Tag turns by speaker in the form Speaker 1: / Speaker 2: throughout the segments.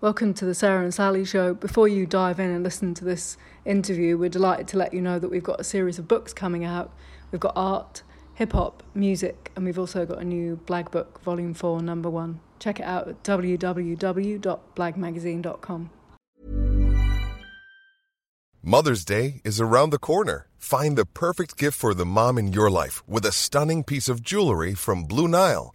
Speaker 1: Welcome to the Sarah and Sally Show. Before you dive in and listen to this interview, we're delighted to let you know that we've got a series of books coming out. We've got art, hip hop, music, and we've also got a new Blag book, Volume 4, Number 1. Check it out at www.blagmagazine.com.
Speaker 2: Mother's Day is around the corner. Find the perfect gift for the mom in your life with a stunning piece of jewelry from Blue Nile.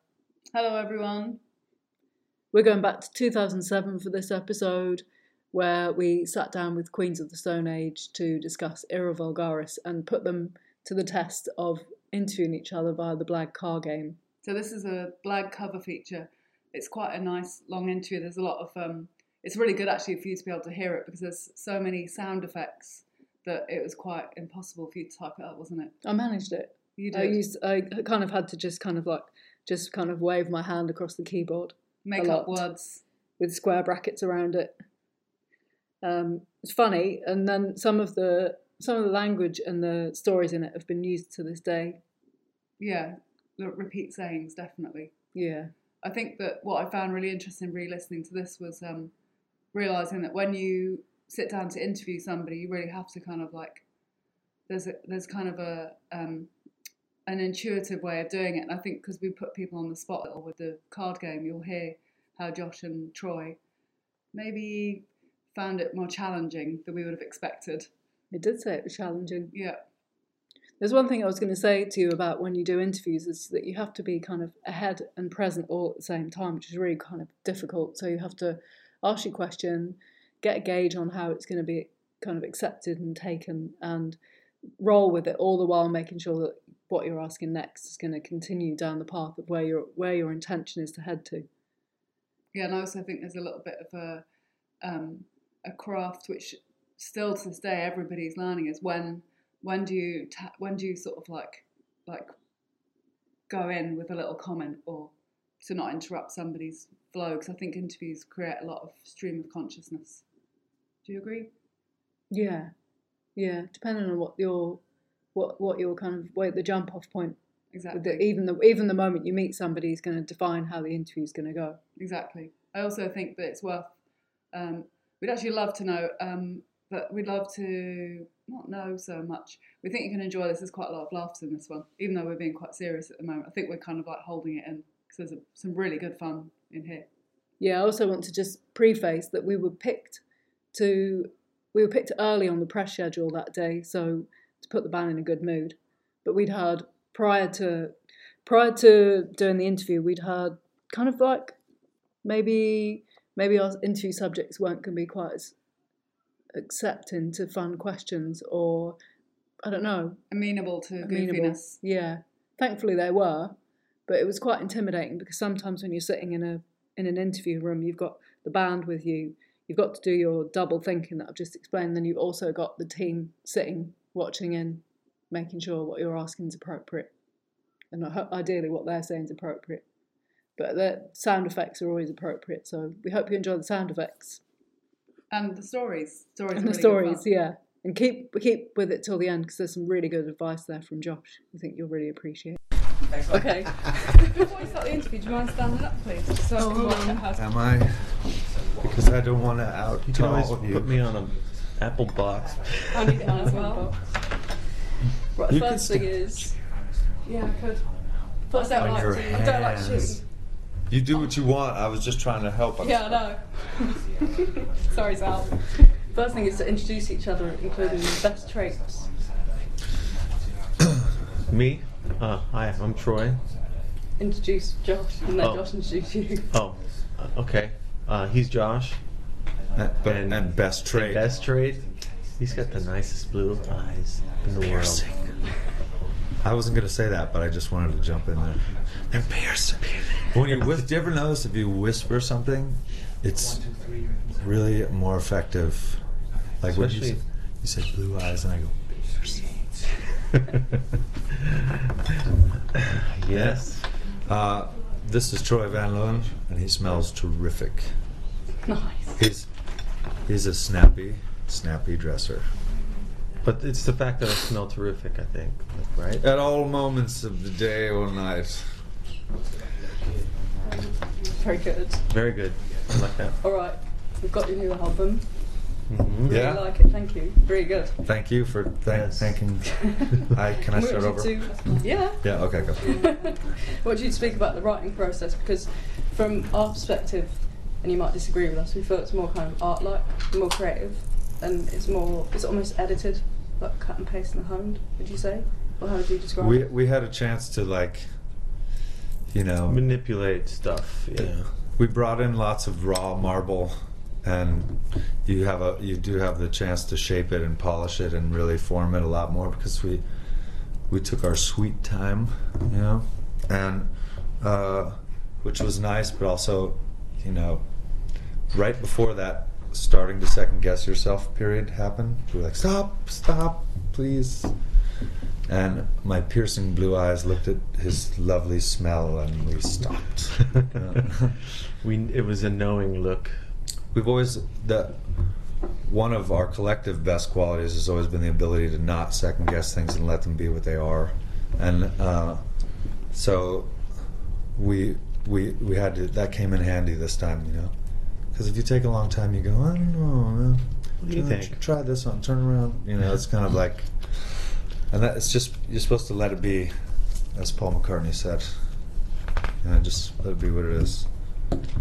Speaker 3: Hello, everyone.
Speaker 1: We're going back to 2007 for this episode, where we sat down with Queens of the Stone Age to discuss Era Vulgaris and put them to the test of interviewing each other via the Blag car game.
Speaker 3: So this is a Blag cover feature. It's quite a nice long interview. There's a lot of um, it's really good actually for you to be able to hear it because there's so many sound effects that it was quite impossible for you to type it up, wasn't it?
Speaker 1: I managed it.
Speaker 3: You
Speaker 1: I
Speaker 3: did
Speaker 1: used I kind of had to just kind of like just kind of wave my hand across the keyboard
Speaker 3: make
Speaker 1: a
Speaker 3: up
Speaker 1: lot.
Speaker 3: words.
Speaker 1: with square brackets around it. Um, it's funny, and then some of the some of the language and the stories in it have been used to this day.
Speaker 3: Yeah, look, repeat sayings definitely.
Speaker 1: Yeah,
Speaker 3: I think that what I found really interesting re-listening to this was um, realizing that when you sit down to interview somebody, you really have to kind of like there's a, there's kind of a um, an intuitive way of doing it. And I think because we put people on the spot or with the card game, you'll hear how Josh and Troy maybe found it more challenging than we would have expected.
Speaker 1: it did say it was challenging.
Speaker 3: Yeah,
Speaker 1: There's one thing I was going to say to you about when you do interviews is that you have to be kind of ahead and present all at the same time, which is really kind of difficult. So you have to ask your question, get a gauge on how it's going to be kind of accepted and taken, and roll with it all the while making sure that what you're asking next is going to continue down the path of where your where your intention is to head to.
Speaker 3: yeah, and I also think there's a little bit of a um, a craft which still to this day everybody's learning is when when do you ta- when do you sort of like like go in with a little comment or to not interrupt somebody's flow because I think interviews create a lot of stream of consciousness. Do you agree?
Speaker 1: Yeah, yeah. Depending on what your what what your kind of where the jump off point
Speaker 3: Exactly.
Speaker 1: that even the even the moment you meet somebody is going to define how the interview's going to go.
Speaker 3: Exactly. I also think that it's worth. Um, we'd actually love to know, um, but we'd love to not know so much. We think you can enjoy this. There's quite a lot of laughs in this one, even though we're being quite serious at the moment. I think we're kind of like holding it in because there's a, some really good fun in here.
Speaker 1: Yeah, I also want to just preface that we were picked to we were picked early on the press schedule that day, so to put the band in a good mood. But we'd heard prior to prior to doing the interview, we'd heard kind of like maybe maybe our interview subjects weren't going to be quite as accepting to fun questions or I don't know
Speaker 3: Amenable to
Speaker 1: amenable.
Speaker 3: goofiness.
Speaker 1: Yeah. Thankfully they were, but it was quite intimidating because sometimes when you're sitting in a in an interview room, you've got the band with you, you've got to do your double thinking that I've just explained, then you've also got the team sitting, watching in, making sure what you're asking is appropriate, and I ho- ideally what they're saying is appropriate. But the sound effects are always appropriate, so we hope you enjoy the sound effects
Speaker 3: And the stories. Stories.
Speaker 1: and the
Speaker 3: are really good fun.
Speaker 1: stories, yeah. And keep keep with it till the end because there's some really good advice there from Josh. I think you'll really appreciate. Okay.
Speaker 4: Before we start the interview, do you mind standing up, please? So I can work out how to-
Speaker 5: Am I? Because I don't want to out
Speaker 6: You can always put me on an Apple box.
Speaker 4: I need it on as well. Right, the
Speaker 6: You
Speaker 4: first
Speaker 6: can
Speaker 4: thing is. Yeah, I could. But I don't
Speaker 5: On
Speaker 4: like
Speaker 5: your
Speaker 4: to. I Oh, don't like
Speaker 5: hands.
Speaker 4: shooting.
Speaker 5: You do what you want. I was just trying to help.
Speaker 4: Yeah, I know. Sorry, Sal. First thing is to introduce each other, including the best traits.
Speaker 6: Me? Uh, hi, I'm Troy.
Speaker 4: Introduce Josh and let
Speaker 6: Oh.
Speaker 4: Josh introduce you.
Speaker 6: Oh, uh, okay. Uh, he's Josh.
Speaker 5: But, and, best trait.
Speaker 6: Best trade. He's got the nicest blue eyes in the
Speaker 5: Piercing.
Speaker 6: world.
Speaker 5: I wasn't gonna say that, but I just wanted to jump in there.
Speaker 6: They're piercing.
Speaker 5: When you're with, do you ever notice if you whisper something, it's really more effective. Like what you said,
Speaker 6: Especially-
Speaker 5: you said blue eyes, and I go.
Speaker 6: Yes.
Speaker 5: Uh, this is Troy Van Loon, and he smells terrific.
Speaker 4: Nice.
Speaker 5: He's he's a snappy, snappy dresser.
Speaker 6: But it's the fact that I smell terrific, I think. Right?
Speaker 5: At all moments of the day or night.
Speaker 4: Very good.
Speaker 6: Very good. I like that.
Speaker 4: All right. We've got your new album.
Speaker 6: Mhm.
Speaker 4: Really
Speaker 5: Yeah.
Speaker 4: like it. Thank you. Very good.
Speaker 5: Thank you for thank,
Speaker 6: Yes.
Speaker 5: thanking. I can I
Speaker 4: We
Speaker 5: start
Speaker 4: want
Speaker 5: over?
Speaker 4: you to- yeah.
Speaker 5: Yeah. Okay. Go.
Speaker 4: what do you speak about the writing process? Because from our perspective, and you might disagree with us, we feel it's more kind of art-like, more creative, and it's more it's almost edited, like cut and paste and honed. Would you say, or how would you describe
Speaker 5: We
Speaker 4: it?
Speaker 5: we had a chance to like, you know,
Speaker 6: Manipulate stuff. Yeah.
Speaker 5: we brought in lots of raw marble and you have a you do have the chance to shape it and polish it and really form it a lot more because we we took our sweet time you know and uh, which was nice but also you know right before that starting to second guess yourself period happened we were like stop stop please and my piercing blue eyes looked at his lovely smell and we stopped
Speaker 6: we it was a knowing look.
Speaker 5: we've always the one of our collective best qualities has always been the ability to not second guess things and let them be what they are and uh, so we we we had to that came in handy this time you know because if you take a long time you go i don't know uh,
Speaker 6: What do you
Speaker 5: try,
Speaker 6: think?"
Speaker 5: try this on turn around you know it's kind of like and that it's just you're supposed to let it be as paul mccartney said you know, just let it be what it is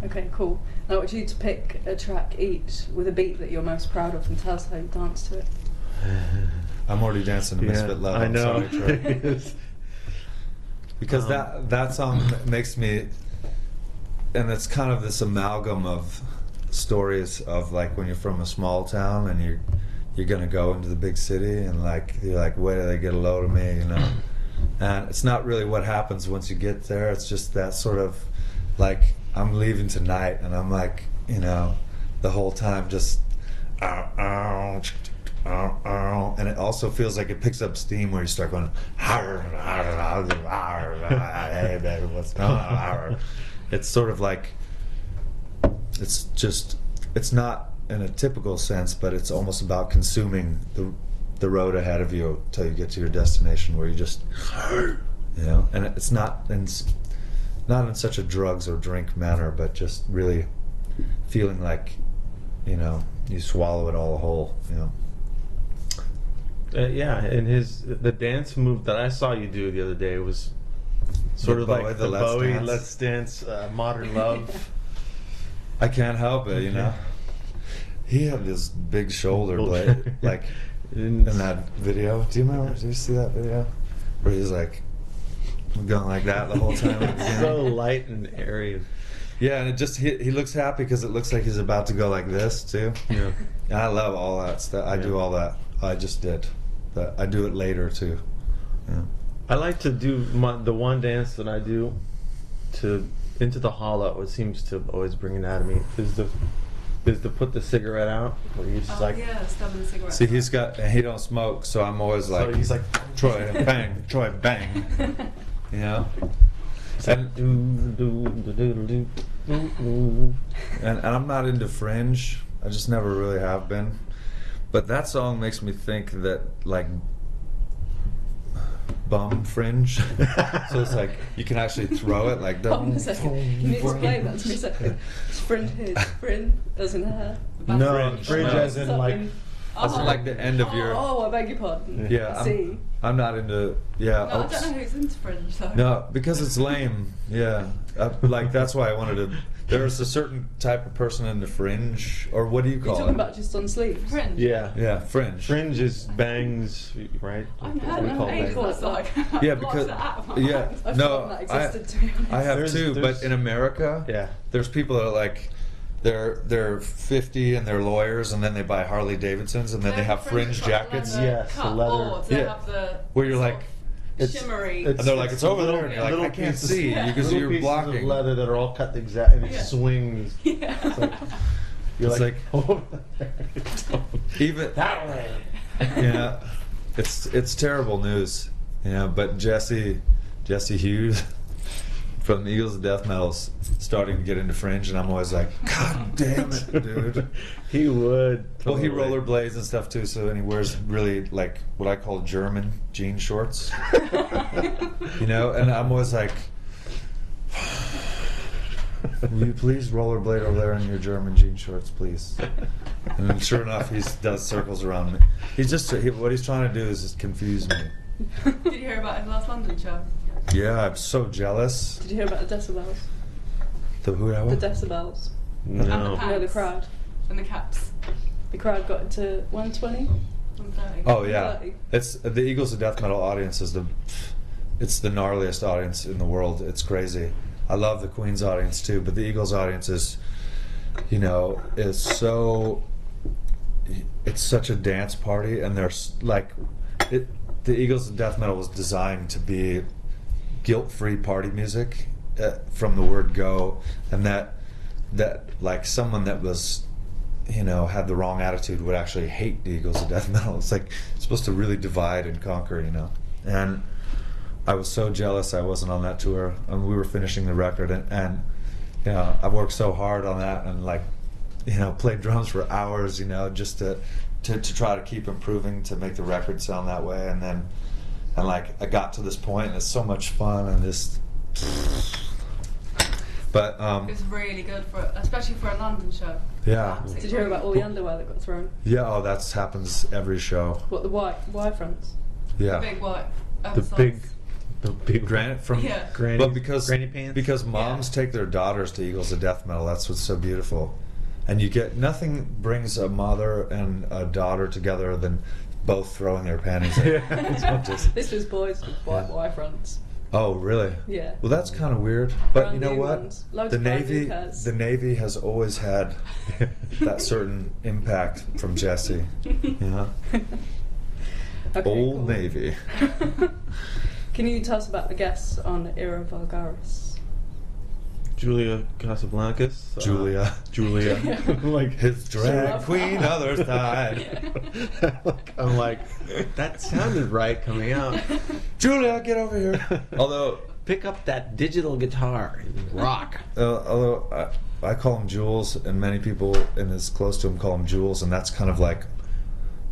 Speaker 4: Okay, cool. And I want you to pick a track each with a beat that you're most proud of, and tell us how you dance to it.
Speaker 5: i'm already dancing to misfit love
Speaker 6: I
Speaker 5: I'm
Speaker 6: know.
Speaker 5: sorry, Troy.
Speaker 6: Yes.
Speaker 5: because
Speaker 6: Um,
Speaker 5: that that song makes me and it's kind of this amalgam of stories of like when you're from a small town and you're you're gonna go into the big city and like you're like where do they get a load of me you know and it's not really what happens once you get there it's just that sort of like i'm leaving tonight and i'm like you know the whole time just ow, ow, ow, ow. and it also feels like it picks up steam where you start going "Arr, arr, arr, arr, hey baby what's going on Arr." it's sort of like it's just it's not in a typical sense but it's almost about consuming the the road ahead of you till you get to your destination where you just you know and it's not in s- not in such a drugs or drink manner but just really feeling like you know you swallow it all whole you know
Speaker 6: Uh, yeah, and his the dance move that I saw you do the other day was sort
Speaker 5: The
Speaker 6: of
Speaker 5: Bowie-
Speaker 6: like
Speaker 5: the
Speaker 6: the,
Speaker 5: Let's
Speaker 6: Bowie
Speaker 5: Dance.
Speaker 6: Let's Dance uh, Modern Love.
Speaker 5: i can't help it you know he had this big shoulder blade like
Speaker 6: in
Speaker 5: in that video. Do you remember? Did you see that video where he's like going like that the whole time? at the beginning?
Speaker 6: so light and airy.
Speaker 5: yeah, and it just he, he looks happy because it looks like he's about to go like this too.
Speaker 6: Yeah.
Speaker 5: And I love all that stuff. I do
Speaker 6: Yeah.
Speaker 5: all that. I just did, but I do it later too. Yeah.
Speaker 6: I like to do my, the one dance that I do to into the hollow. It seems to always bring it out of me. Is the is to put the cigarette out where you just
Speaker 3: oh,
Speaker 6: like
Speaker 3: yeah, stabbing the cigarette.
Speaker 5: See, he's got and he don't smoke, so I'm always like,
Speaker 6: so he's like
Speaker 5: Troy bang, Troy bang, you know.
Speaker 6: it's
Speaker 5: And-
Speaker 6: like, doo, doo, doo, doo, doo, doo, doo.
Speaker 5: and, and I'm not into fringe. I just never really have been. But that song makes me think that like bum fringe. so it's like you can actually throw it like
Speaker 4: Hold on a second. You need to explain that to me a second. It's fringe here, it's fringe as in hair.
Speaker 6: No,
Speaker 5: Fringe.
Speaker 6: fringe
Speaker 5: No.
Speaker 6: as in like
Speaker 5: That's like the end of your.
Speaker 4: Oh, I beg your pardon.
Speaker 5: yeah,
Speaker 4: I
Speaker 5: I'm,
Speaker 4: see.
Speaker 5: I'm not into. Yeah.
Speaker 3: no, I
Speaker 5: oops.
Speaker 3: don't know who's into fringe though.
Speaker 5: No, because it's lame. Yeah, Uh like that's why I wanted to. There's a certain type of person in the fringe, or what do you
Speaker 4: You're
Speaker 5: call
Speaker 4: talking
Speaker 5: it?
Speaker 4: about just on sleeves.
Speaker 3: fringe.
Speaker 6: yeah.
Speaker 5: yeah, fringe.
Speaker 6: Fringe is bangs, right?
Speaker 7: Oh,
Speaker 3: I've
Speaker 6: That's
Speaker 3: heard
Speaker 6: what we
Speaker 3: of
Speaker 6: call
Speaker 3: names
Speaker 6: bangs.
Speaker 4: Cool.
Speaker 3: that's like.
Speaker 5: Yeah,
Speaker 3: what's
Speaker 5: because
Speaker 3: that?
Speaker 5: yeah,
Speaker 4: I've
Speaker 5: no,
Speaker 4: forgotten that
Speaker 5: I-
Speaker 4: existed, to be honest.
Speaker 5: I have
Speaker 6: There's-
Speaker 5: too,
Speaker 6: there's-
Speaker 5: but in America,
Speaker 6: Yeah.
Speaker 5: there's people that are like, they're they're 50 and they're lawyers, and then they buy Harley Davidsons, and then they have fringe jackets
Speaker 6: leather- Yes, the
Speaker 3: cut,
Speaker 6: leather-
Speaker 3: Or do they
Speaker 5: Yeah.
Speaker 3: have the
Speaker 5: where you're
Speaker 3: sort
Speaker 5: like,
Speaker 3: of
Speaker 6: It's-
Speaker 7: shimmery.
Speaker 6: it's-
Speaker 5: And they're like, it's over
Speaker 6: little-
Speaker 5: there. And you're like,
Speaker 6: little
Speaker 5: I can't
Speaker 6: pieces-
Speaker 5: see because
Speaker 6: little
Speaker 5: you're
Speaker 6: pieces
Speaker 5: blocking.
Speaker 6: Of leather that are all cut the exact and it
Speaker 7: Yeah.
Speaker 6: swings.
Speaker 7: yeah.
Speaker 6: like- You're
Speaker 5: It's
Speaker 6: like, over there.
Speaker 5: Even
Speaker 6: that way.
Speaker 5: yeah, it's it's terrible news. Yeah, but Jesse Jesse Hughes from the Eagles of Death Metal's starting to get into fringe, and I'm always like, God damn it, dude.
Speaker 6: he would.
Speaker 5: Well, he
Speaker 6: totally.
Speaker 5: rollerblades and stuff too, so and he wears really like what I call German jean shorts, you know. And I'm always like, "Will you please rollerblade over there in your German jean shorts, please?" And then sure enough, he does circles around me. He's just he, what he's trying to do is just confuse me.
Speaker 7: Did you hear about his last London show?
Speaker 5: Yeah, I'm so jealous.
Speaker 4: Did you hear about the decibels?
Speaker 5: The who?
Speaker 4: The decibels.
Speaker 7: And the
Speaker 6: No.
Speaker 7: pants.
Speaker 4: You know the crowd.
Speaker 7: And the caps.
Speaker 4: The crowd got to 120.
Speaker 7: I'm sorry.
Speaker 5: Oh yeah, it's the Eagles of Death Metal audience is the, it's the gnarliest audience in the world. It's crazy. I love the Queen's audience too, but the Eagles audience is, you know, is so. It's such a dance party, and there's like, it. The Eagles of Death Metal was designed to be guilt-free party music uh, from the word go, and that that like someone that was you know, had the wrong attitude would actually hate the Eagles of Death Metal. It's like it's supposed to really divide and conquer, you know. And I was so jealous I wasn't on that tour. And we were finishing the record, and, and you know, I worked so hard on that, and like, you know, played drums for hours, you know, just to to, to try to keep improving to make the record sound that way. And then, and like, I got to this point, and it's so much fun, and just. But um,
Speaker 7: It's really good for, especially for a London show.
Speaker 5: yeah,
Speaker 7: Absolutely.
Speaker 4: Did you hear about all the underwear that got thrown?
Speaker 5: yeah. Oh, that happens every show.
Speaker 4: What the white wire fronts?
Speaker 5: Yeah.
Speaker 7: big white?
Speaker 6: The
Speaker 7: oversized.
Speaker 6: big, the big
Speaker 5: Granite from
Speaker 7: Yeah.
Speaker 6: Granny,
Speaker 5: but because
Speaker 6: granny pants.
Speaker 5: because moms take their daughters to Eagles of Death Metal. That's what's so beautiful, and you get nothing brings a mother and a daughter together than both throwing their panties. in. It's what just-
Speaker 4: This was boys with white wire fronts.
Speaker 5: oh, really?
Speaker 4: Yeah.
Speaker 5: Well, that's kind of weird. But
Speaker 4: Brand
Speaker 5: you know
Speaker 4: new
Speaker 5: what?
Speaker 4: ones. Loads
Speaker 5: the
Speaker 4: of brand new
Speaker 5: Navy,
Speaker 4: pairs.
Speaker 5: the Navy has always had that certain impact from Jesse. Yeah.
Speaker 4: Okay,
Speaker 5: Old
Speaker 4: cool.
Speaker 5: Navy.
Speaker 4: Can you tell us about the guests on Era Vulgaris?
Speaker 6: Julia Casablancas. uh,
Speaker 5: Julia.
Speaker 6: Julia. like
Speaker 5: His drag
Speaker 4: Sarah.
Speaker 5: queen, other side.
Speaker 6: I'm like, that sounded right coming out.
Speaker 5: Julia, get over here. Although
Speaker 6: Pick up that digital guitar and rock.
Speaker 5: Uh, although I, I call him Jules, and many people and as close to him call him Jules, and that's kind of like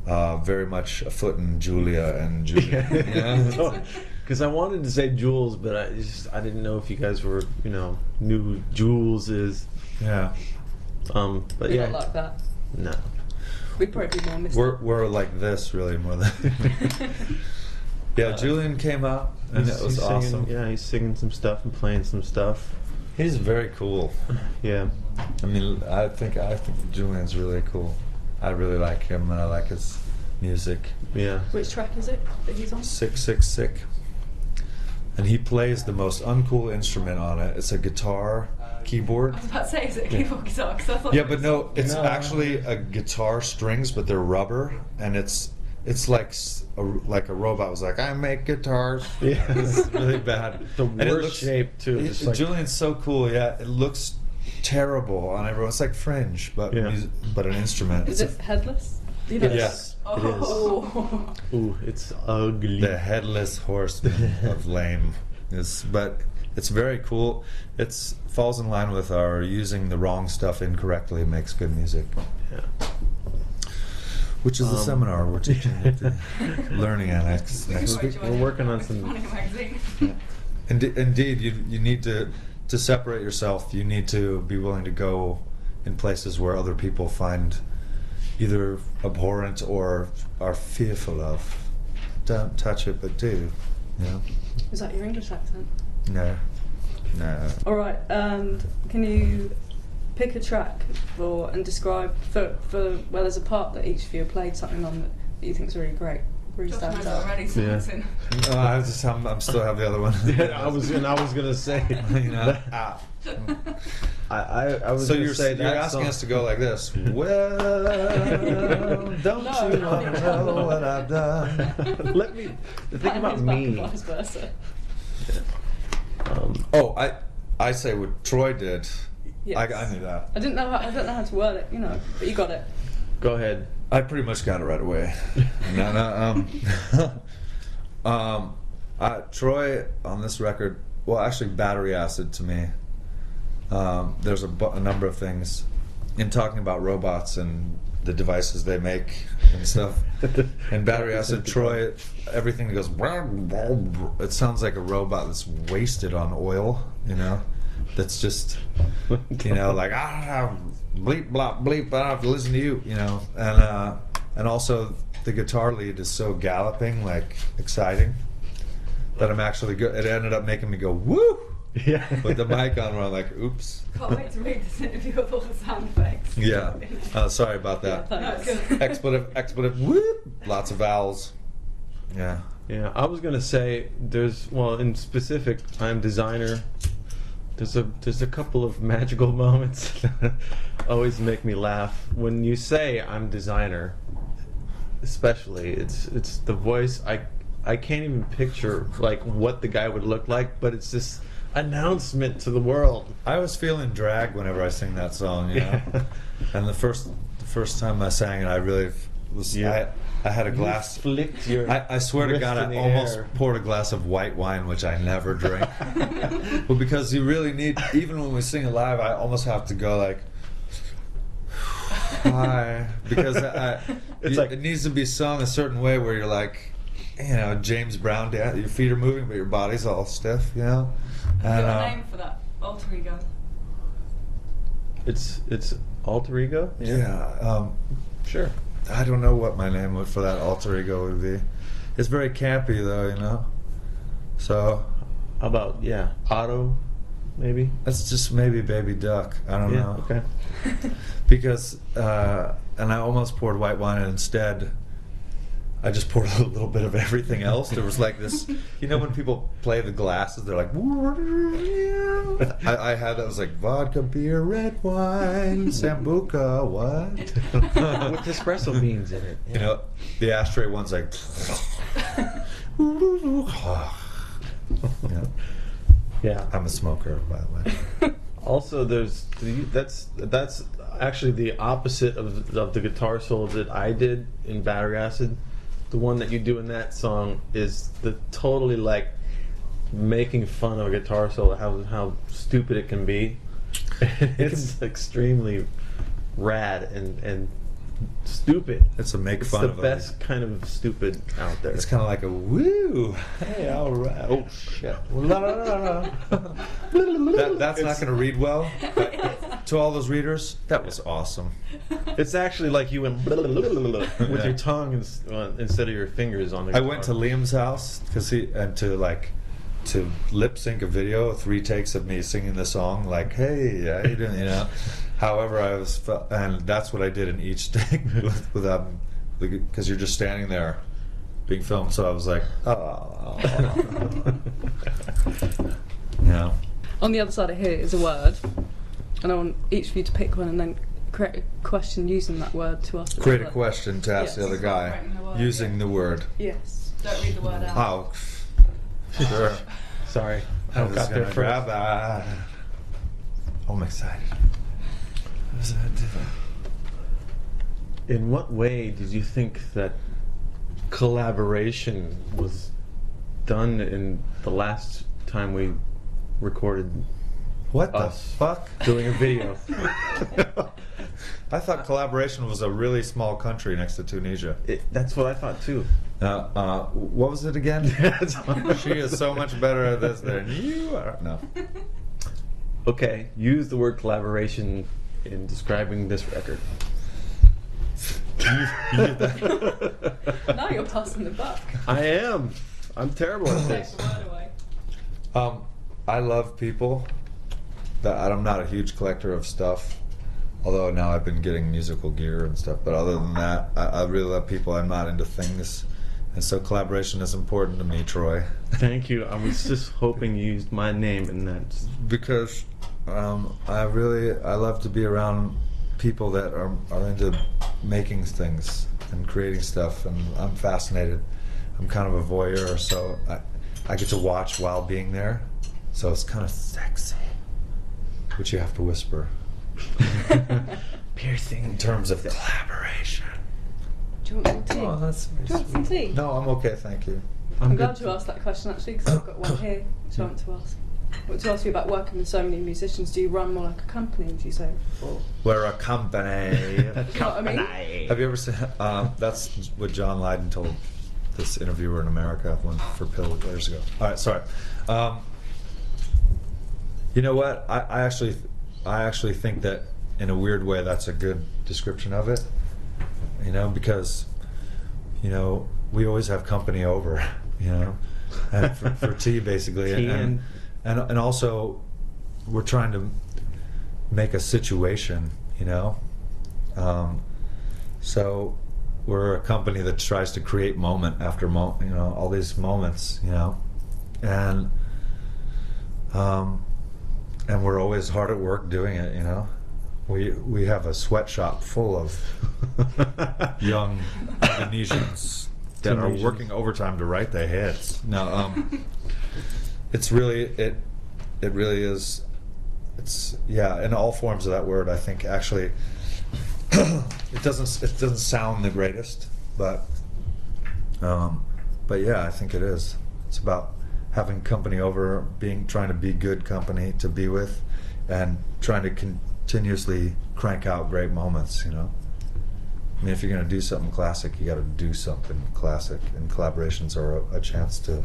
Speaker 5: uh, very much a foot in Julia and Julia. you know?
Speaker 6: Because I wanted to say Jules, but I just I didn't know if you guys were you know knew who Jules is.
Speaker 5: yeah,
Speaker 6: Um, but
Speaker 4: We
Speaker 6: yeah,
Speaker 4: don't like that.
Speaker 6: no.
Speaker 4: We'd probably be more mystic.
Speaker 5: we're we're like this really more than. yeah, Julian came out, and
Speaker 6: He's-
Speaker 5: it was
Speaker 6: he's singing-
Speaker 5: awesome.
Speaker 6: Yeah, he's singing some stuff and playing some stuff.
Speaker 5: He's very cool.
Speaker 6: Yeah,
Speaker 5: I mean, I think I think Julian's really cool. I really like him, and I like his music.
Speaker 6: yeah.
Speaker 4: Which track is it that he's on?
Speaker 5: Sick, sick, sick. And he plays the most uncool instrument on it. It's a guitar, keyboard.
Speaker 7: I was about to say, is it a keyboard guitar? 'Cause I thought
Speaker 5: Yeah,
Speaker 7: it
Speaker 5: but
Speaker 7: was-
Speaker 5: no, it's
Speaker 6: No.
Speaker 5: actually a guitar strings, but they're rubber, and it's it's like s- a, like a robot was like, I make guitars.
Speaker 6: Yeah.
Speaker 5: it's really bad.
Speaker 6: The
Speaker 5: And it
Speaker 6: worst shape, too,
Speaker 5: it-
Speaker 6: just like-
Speaker 5: Julian's so cool. Yeah, it looks terrible on everyone. It's like fringe, but
Speaker 6: Yeah.
Speaker 5: mus- but an instrument.
Speaker 4: Is
Speaker 5: It's
Speaker 4: it headless? Do you
Speaker 5: a-
Speaker 4: know
Speaker 5: yes,
Speaker 6: It is.
Speaker 4: Oh.
Speaker 6: Ooh, it's ugly.
Speaker 5: the headless horseman of lame. It's but it's very cool. It's falls in line with our using the wrong stuff incorrectly makes good music.
Speaker 6: Yeah.
Speaker 5: Which is the
Speaker 6: Um,
Speaker 5: seminar we're teaching at the Learning Annex
Speaker 7: You
Speaker 5: next
Speaker 7: were
Speaker 5: week.
Speaker 7: joining
Speaker 6: we're working on
Speaker 7: Rick's
Speaker 6: some-
Speaker 7: Morning magazine.
Speaker 5: Inde indeed, you you need to to separate yourself. You need to be willing to go in places where other people find either abhorrent or are fearful of. Don't touch it, but do. Yeah.
Speaker 4: Is that your English accent?
Speaker 5: No. No.
Speaker 4: All right. And can you pick a track for and describe for for well, there's a part that each of you have played something on that, that you think is really great, really
Speaker 7: Josh
Speaker 4: stands
Speaker 7: knows
Speaker 4: out.
Speaker 7: already, so
Speaker 6: Yeah.
Speaker 7: it's in.
Speaker 5: Oh, I was just, I'm, I'm still have the other one.
Speaker 6: Yeah, I was and I was gonna say
Speaker 5: You know,
Speaker 6: that-
Speaker 5: ah.
Speaker 6: I, I, I was
Speaker 5: So
Speaker 6: gonna
Speaker 5: you're,
Speaker 6: say
Speaker 5: you're
Speaker 6: that
Speaker 5: asking
Speaker 6: song-
Speaker 5: us to go like this. Well, don't
Speaker 4: No.
Speaker 5: you want to know what I've done?
Speaker 6: Let me the thing
Speaker 4: And
Speaker 6: about
Speaker 4: it's back and
Speaker 6: me.
Speaker 4: vice versa.
Speaker 6: Um,
Speaker 5: Oh, I I say what Troy did.
Speaker 4: Yes.
Speaker 5: I, I knew that.
Speaker 4: I didn't know how I don't know how to word it, you know, but you got it.
Speaker 6: go ahead.
Speaker 5: I pretty much got it right away. no, no, um, um, uh, Troy on this record, well, actually, Battery Acid to me. Um, there's a, bu- a number of things in talking about robots and the devices they make and stuff. and Battery Acid, Troy, everything that goes, "Brr, brr, brr," it sounds like a robot that's wasted on oil, you know? That's just you know, like I have bleep blop bleep. I don't have to listen to you, you know, and uh, and also the guitar lead is so galloping, like exciting, that I'm actually good. It ended up making me go woo
Speaker 6: yeah.
Speaker 5: with the mic on, where I'm like, oops,
Speaker 7: Can't wait to read this interview of all the sound effects.
Speaker 5: yeah, uh, sorry about that.
Speaker 7: That's
Speaker 4: Thanks.
Speaker 7: good.
Speaker 5: Expletive, expletive, whoop, lots of vowels. Yeah,
Speaker 6: Yeah, I was gonna say there's well in specific I'm designer. There's a there's a couple of magical moments that always make me laugh when you say I'm designer. Especially, it's it's the voice I I can't even picture like what the guy would look like, but it's this announcement to the world.
Speaker 5: I was feeling drag whenever I sing that song. You know?
Speaker 6: Yeah.
Speaker 5: and the first the first time I sang it, I really was.
Speaker 6: Yeah.
Speaker 5: I, I had a glass.
Speaker 6: You flicked your.
Speaker 5: I, I swear to
Speaker 6: wrist
Speaker 5: God,
Speaker 6: in
Speaker 5: I
Speaker 6: the
Speaker 5: almost
Speaker 6: air.
Speaker 5: poured a glass of white wine, which I never drink. well, because you really need, even when we sing it live, I almost have to go like, hi, because I,
Speaker 6: It's
Speaker 5: it's
Speaker 6: like-
Speaker 5: like it needs to be sung a certain way where you're like, you know, James Brown, dance, your feet are moving, but your body's all stiff, you know.
Speaker 7: Got
Speaker 5: And,
Speaker 6: Uh,
Speaker 7: a
Speaker 5: um,
Speaker 7: name for that alter ego.
Speaker 6: It's it's alter ego.
Speaker 5: yeah, um,
Speaker 6: Sure.
Speaker 5: I don't know what my name would- for that alter ego would be. It's very campy though, you know. So
Speaker 6: How about yeah, auto, maybe.
Speaker 5: That's just maybe baby duck. I don't
Speaker 6: yeah.
Speaker 5: know.
Speaker 6: Okay.
Speaker 5: Because uh, and I almost poured white wine, and instead, I just poured a little bit of everything else. There was like this, you know, when people play the glasses, they're like. I, I had that was like vodka, beer, red wine, sambuca, what?
Speaker 6: With espresso beans in it.
Speaker 5: You know, the ashtray one's like. Yeah.
Speaker 6: Yeah.
Speaker 5: I'm a smoker, by the way.
Speaker 6: Also, there's the- that's that's actually the opposite of of the guitar solo that I did in Battery Acid. The one that you do in that song is the totally like making fun of a guitar solo, how how stupid it can be. It's extremely rad and and stupid.
Speaker 5: It's a make
Speaker 6: It's
Speaker 5: fun
Speaker 6: the
Speaker 5: of
Speaker 6: best kind of stupid out there.
Speaker 5: It's kind of like a woo. Hey, all right. Oh shit. La, la, la, la. that, that's not going to read well. But to all those readers, that was awesome.
Speaker 6: It's actually like you went with
Speaker 5: Yeah.
Speaker 6: your tongue ins- uh, instead of your fingers on the.
Speaker 5: I went to
Speaker 6: guitar.
Speaker 5: Liam's house because he and to like to lip sync a video, three takes of me singing the song. Like, hey, how you doing? You know. However, I was fe- and that's what I did in each take with, with um because you're just standing there being filmed. So I was like, oh, you know.
Speaker 4: On the other side of here is a word, and I want each of you to pick one and then create a question using that word to ask. the
Speaker 5: Create a
Speaker 4: other.
Speaker 5: question to ask
Speaker 4: Yes.
Speaker 5: the other guy
Speaker 7: Writing the word,
Speaker 5: using the word.
Speaker 4: Yes.
Speaker 7: Don't read the word out.
Speaker 5: Oh, sure.
Speaker 6: Sorry, I
Speaker 5: I was
Speaker 6: got there
Speaker 5: gonna grab
Speaker 6: first.
Speaker 5: that. Oh, I'm excited.
Speaker 6: In what way did you think that collaboration was done in the last time we recorded
Speaker 5: What
Speaker 6: Us.
Speaker 5: the fuck?
Speaker 6: doing a video?
Speaker 5: I thought collaboration was a really small country next to Tunisia.
Speaker 6: It- that's what I thought too.
Speaker 5: Uh, uh, what was it again? she is so much better at this than you are. No.
Speaker 6: Okay, use the word collaboration in describing this record.
Speaker 4: Now you're passing the buck.
Speaker 6: I am. I'm terrible at
Speaker 7: Take
Speaker 6: this.
Speaker 7: the word away.
Speaker 5: Um, I love people. That I'm not a huge collector of stuff. Although now I've been getting musical gear and stuff, but other than that, I, I really love people. I'm not into things, and so collaboration is important to me, Troy,
Speaker 6: Thank you. I was just hoping you used my name in that.
Speaker 5: because Um, I really I love to be around people that are are into making things and creating stuff, and I'm fascinated. I'm kind of a voyeur, so I I get to watch while being there, so it's kind of sexy, which you have to whisper. Piercing in terms of collaboration. Oh,
Speaker 4: Do you want more tea?
Speaker 5: that's
Speaker 4: Do you want some tea?
Speaker 5: No, I'm okay, thank you.
Speaker 4: I'm glad you asked that question actually because I've got one here which I want to ask. I want to ask you about working with so many musicians. Do you run more like a company, would you say? Or
Speaker 5: We're a company.
Speaker 4: you know what I mean?
Speaker 5: Have you ever seen? Um, that's what John Lydon told this interviewer in America one for Pill years ago. All right, sorry. Um, you know what? I, I actually, I actually think that in a weird way, that's a good description of it. You know, because you know we always have company over. You know, and for, for tea basically,
Speaker 6: Tea
Speaker 5: and,
Speaker 6: and-
Speaker 5: and and also we're trying to make a situation. You know, um, so we're a company that tries to create moment after moment, you know, all these moments, you know, and um, and we're always hard at work doing it, you know. We we have a sweatshop full of young Indonesians that are
Speaker 6: Tunisians.
Speaker 5: working overtime to write their hits. No, um, it's really it it really is it's yeah in all forms of that word i think actually it doesn't it doesn't sound the greatest but um but yeah i think it is it's about having company over being trying to be good company to be with and trying to continuously crank out great moments you know i mean if you're going to do something classic you got to do something classic and collaborations are a, a chance to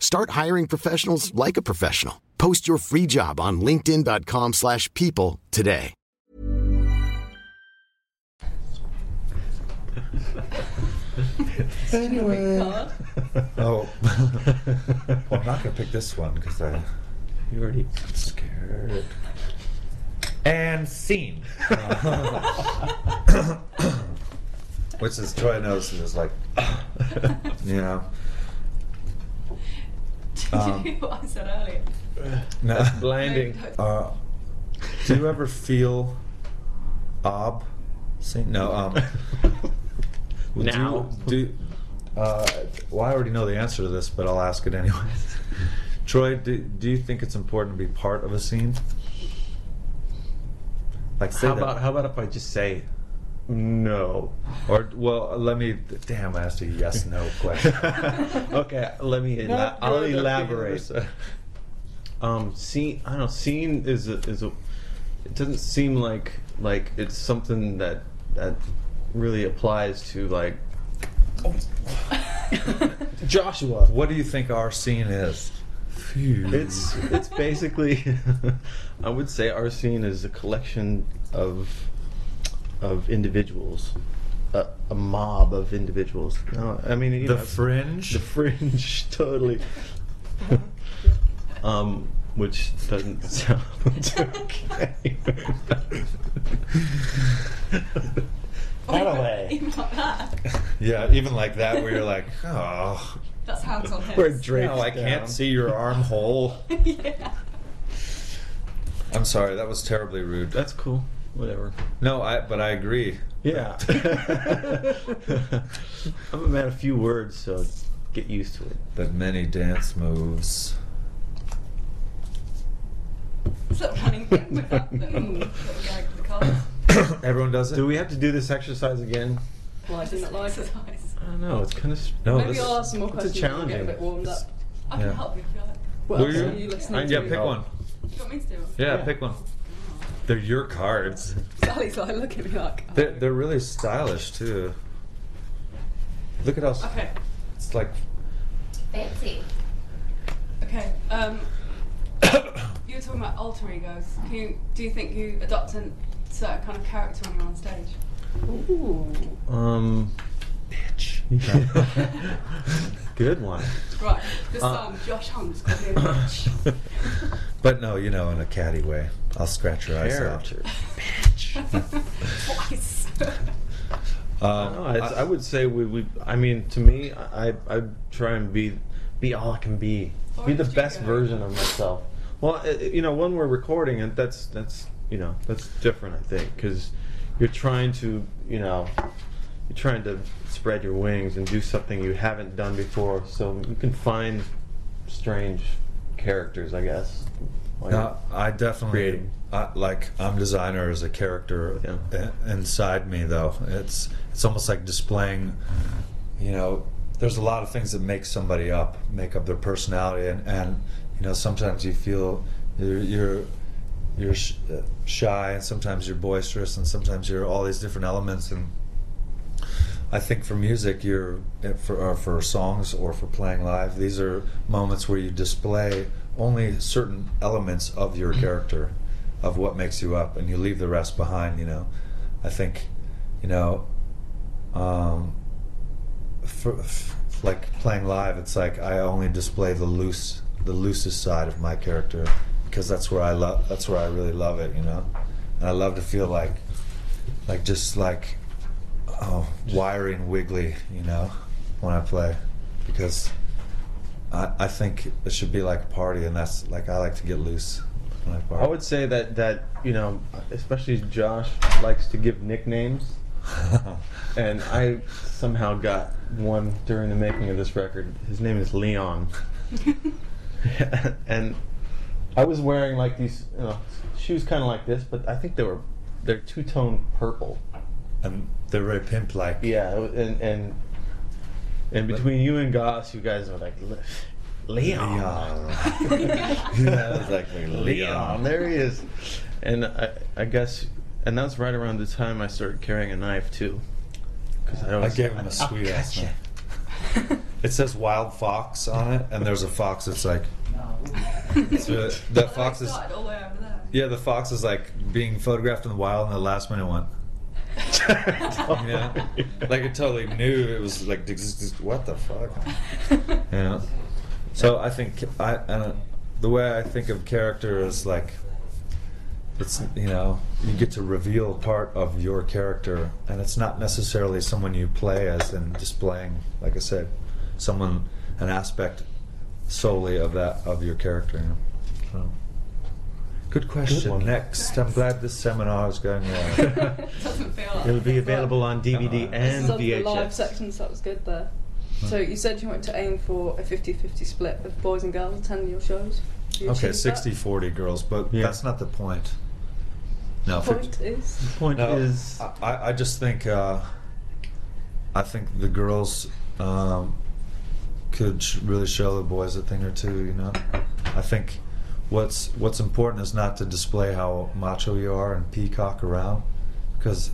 Speaker 8: Start hiring professionals like a professional. Post your free job on linkedin.com/people slash people today.
Speaker 5: Anyway.
Speaker 4: Card.
Speaker 5: Oh, well, I'm not gonna pick this one because I'm
Speaker 6: You already.
Speaker 5: scared. And scene. Which is Troy knows is like, you know.
Speaker 7: Did you hear what I said earlier?
Speaker 5: Um, No.
Speaker 6: Blinding.
Speaker 5: Uh, do you ever feel ob? See, no. Um, do you-
Speaker 6: Now.
Speaker 5: do. Uh, well, I already know the answer to this, but I'll ask it anyway. Troy, do, do you think it's important to be part of a scene? Like, say
Speaker 6: How
Speaker 5: that-
Speaker 6: about how about if I just say no?
Speaker 5: or well, let me. Damn, I asked a yes/no question.
Speaker 6: okay, let me. Ela- I'll elaborate. Um, scene. I don't. know, Scene is a, is a. It doesn't seem like like it's something that that really applies to like. Joshua.
Speaker 5: what do you think our scene is?
Speaker 6: It's it's basically, I would say our scene is a collection of of individuals, a, a mob of individuals. No, I mean you
Speaker 5: the
Speaker 6: know,
Speaker 5: fringe.
Speaker 6: the fringe, totally. Uh-huh. um, which doesn't sound okay.
Speaker 7: Even like that.
Speaker 5: Yeah, even like that, where you're like, oh,
Speaker 7: That's hands on hips.
Speaker 6: We're draped.
Speaker 5: no, I
Speaker 6: down.
Speaker 5: can't see your armhole.
Speaker 7: yeah.
Speaker 5: I'm sorry, that was terribly rude.
Speaker 6: That's cool. Whatever.
Speaker 5: No, I but I agree.
Speaker 6: Yeah. I'm a man of few words, so get used to it.
Speaker 5: But many dance moves.
Speaker 7: It's a running thing with that little, little gag for the colours.
Speaker 5: Everyone does it.
Speaker 6: Do we have to do this exercise again?
Speaker 4: Why do you not like it?
Speaker 7: Exercise.
Speaker 6: I don't know. It's kind of
Speaker 5: No,
Speaker 4: Maybe
Speaker 5: this-
Speaker 4: I'll ask some more
Speaker 6: it's a
Speaker 4: questions. and get a
Speaker 6: challenging-
Speaker 4: bit warmed up.
Speaker 7: I can
Speaker 5: Yeah.
Speaker 7: help you if you like.
Speaker 4: What
Speaker 5: Will
Speaker 4: else
Speaker 5: you?
Speaker 4: are you
Speaker 5: Uh,
Speaker 4: listening
Speaker 5: yeah,
Speaker 4: to?
Speaker 5: pick one.
Speaker 7: Do you want me to do it?
Speaker 5: Yeah, pick one. They're your cards.
Speaker 4: Sally's like, look at me like. oh.
Speaker 5: They're, they're really stylish too. Look at us.
Speaker 7: Okay.
Speaker 5: It's like
Speaker 7: Okay. Um,
Speaker 4: you were talking about alter egos. Can you, do you think you adopt a certain kind of character when you're on stage? Ooh.
Speaker 6: Um, bitch. Good one.
Speaker 4: Right, this
Speaker 5: Uh,
Speaker 4: time Josh Hunt's got me a bitch.
Speaker 5: But no, you know, in a catty way. I'll scratch your eyes out.
Speaker 6: Character.
Speaker 4: Twice.
Speaker 5: Um,
Speaker 6: No, it's, I, would say we, we. I mean, to me, I, I try and be be all I can be,
Speaker 4: Or
Speaker 6: be the
Speaker 4: did you
Speaker 6: best
Speaker 4: go?
Speaker 6: version of myself. Well, i- i- you know, when we're recording, and that's that's you know that's different, I think, because you're trying to you know you're trying to spread your wings and do something you haven't done before, so you can find strange characters, I guess. Like,
Speaker 5: No, I definitely
Speaker 6: Creating.
Speaker 5: I, like I'm designer as a character
Speaker 6: Yeah.
Speaker 5: i- inside me though. It's it's almost like displaying, you know. There's a lot of things that make somebody up, make up their personality, and, and you know sometimes you feel you're you're, you're sh- uh, shy, and sometimes you're boisterous, and sometimes you're all these different elements. And I think for music, you're eh, for or for songs or for playing live. These are moments where you display only certain elements of your character, of what makes you up, and you leave the rest behind. You know, I think, you know, um, for, f like playing live, it's like I only display the loose, the loosest side of my character because that's where I love. That's where I really love it. You know, and I love to feel like, like just like, oh, wiry and wiggly. You know, when I play, because I, I think it should be like a party, and that's like I like to get loose when I party.
Speaker 6: I would say that that you know, especially Josh likes to give nicknames, and I somehow got one during the making of this record. His name is Leon, and I was wearing like these you know, shoes, kind of like this, but I think they were they're two tone purple.
Speaker 5: and they're very pimp like.
Speaker 6: Yeah, and and and between you and Goss, you guys are like "Le- Leon.
Speaker 5: Leon.
Speaker 6: I was like, Leon, there he is. And I, I guess, and that's right around the time I started carrying a knife too. Because I
Speaker 5: I
Speaker 6: always
Speaker 5: gave him a sweet ass
Speaker 6: Oh, gotcha.
Speaker 5: name. It says wild fox on it, and there's a fox that's like. It's a- the fox is.
Speaker 7: Started all the way over there.
Speaker 5: Yeah, the fox is like being photographed in the wild, and the last minute one. You know? like it totally knew it was like just- just- what the fuck. You know. So I think I, I don't, the way I think of character is like it's you know you get to reveal part of your character and it's not necessarily someone you play as and displaying like i said someone an aspect solely of that of your character you know? so, good question
Speaker 6: one.
Speaker 5: next i'm glad this seminar is going well
Speaker 7: Doesn't feel like
Speaker 6: It'll be
Speaker 4: That's
Speaker 6: available on DVD
Speaker 5: Uh,
Speaker 6: and
Speaker 4: Love the live
Speaker 6: VHS.
Speaker 4: sections, that was good there. So you said you wanted to aim for a 50-50 split of boys and girls attending your shows. You
Speaker 5: okay
Speaker 4: achieved that?
Speaker 5: 60 40 girls but
Speaker 6: Yeah.
Speaker 5: that's not the point no fif-
Speaker 4: Point is,
Speaker 6: Point
Speaker 5: No,
Speaker 6: is,
Speaker 5: I- I, I just think uh, I think the girls um, could sh- really show the boys a thing or two. You know, I think what's what's important is not to display how macho you are and peacock around, because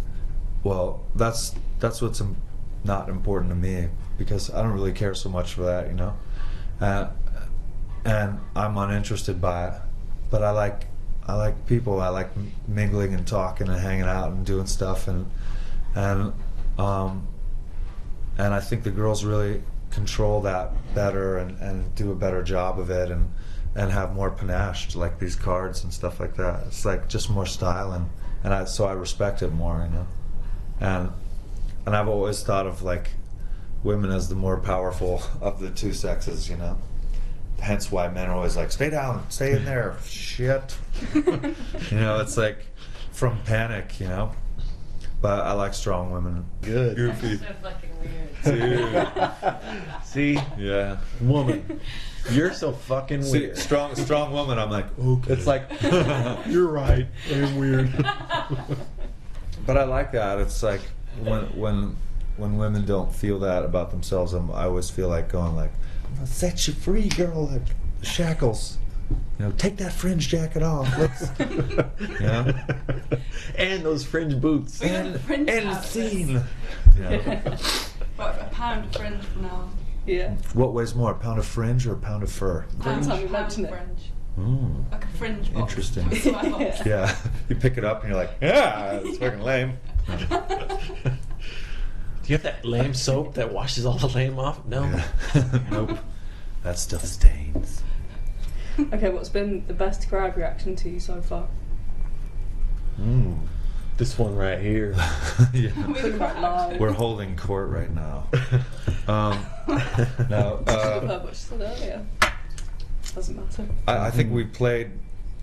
Speaker 5: well, that's that's what's im- not important to me because I don't really care so much for that. You know, uh, and I'm uninterested by it, but I like I like people. I like m- mingling and talking and hanging out and doing stuff and and um, and I think the girls really control that better and, and do a better job of it and and have more panache to like these cards and stuff like that. It's like just more style and and I so I respect it more, you know. And and I've always thought of like women as the more powerful of the two sexes, you know. Hence why men are always like, stay down, stay in there, shit. you know, it's like from panic, you know. But I like strong women.
Speaker 6: Good.
Speaker 5: Goofy.
Speaker 7: so fucking weird.
Speaker 5: Dude.
Speaker 6: see,
Speaker 5: Yeah.
Speaker 6: woman, you're so fucking
Speaker 5: See,
Speaker 6: weird.
Speaker 5: strong, strong woman. I'm like, okay.
Speaker 6: It's like, you're right, I'm weird.
Speaker 5: but I like that. It's like when when when women don't feel that about themselves, I'm, I always feel like going like, "I'm gonna "Set you free, girl!" Like shackles. You know, take that fringe jacket off. Let's, yeah.
Speaker 6: and those fringe boots.
Speaker 5: And,
Speaker 4: fringe
Speaker 5: and
Speaker 4: outfits.
Speaker 5: scene. Yeah.
Speaker 7: Right, a pound of fringe from now.
Speaker 4: yeah.
Speaker 5: What weighs more, a pound of fringe or a pound of fur?
Speaker 4: Every time you
Speaker 7: Pound
Speaker 4: mention it.
Speaker 7: fringe.
Speaker 5: Mm.
Speaker 7: like a fringe
Speaker 6: Oh.
Speaker 7: box.
Speaker 5: Interesting.
Speaker 7: It's my box.
Speaker 5: Yeah, you pick it up and you're like, yeah, it's fucking lame.
Speaker 6: Do you have that lame soap that washes all the lame off? No.
Speaker 5: nope, that stuff stains.
Speaker 4: Okay, what's been the best crowd reaction to you so far?
Speaker 6: This one right here.
Speaker 5: yeah.
Speaker 4: Talking about live.
Speaker 5: We're holding court right now. Um, no,
Speaker 4: Talking
Speaker 5: uh,
Speaker 4: about what you said earlier. Doesn't matter.
Speaker 5: I, I think we played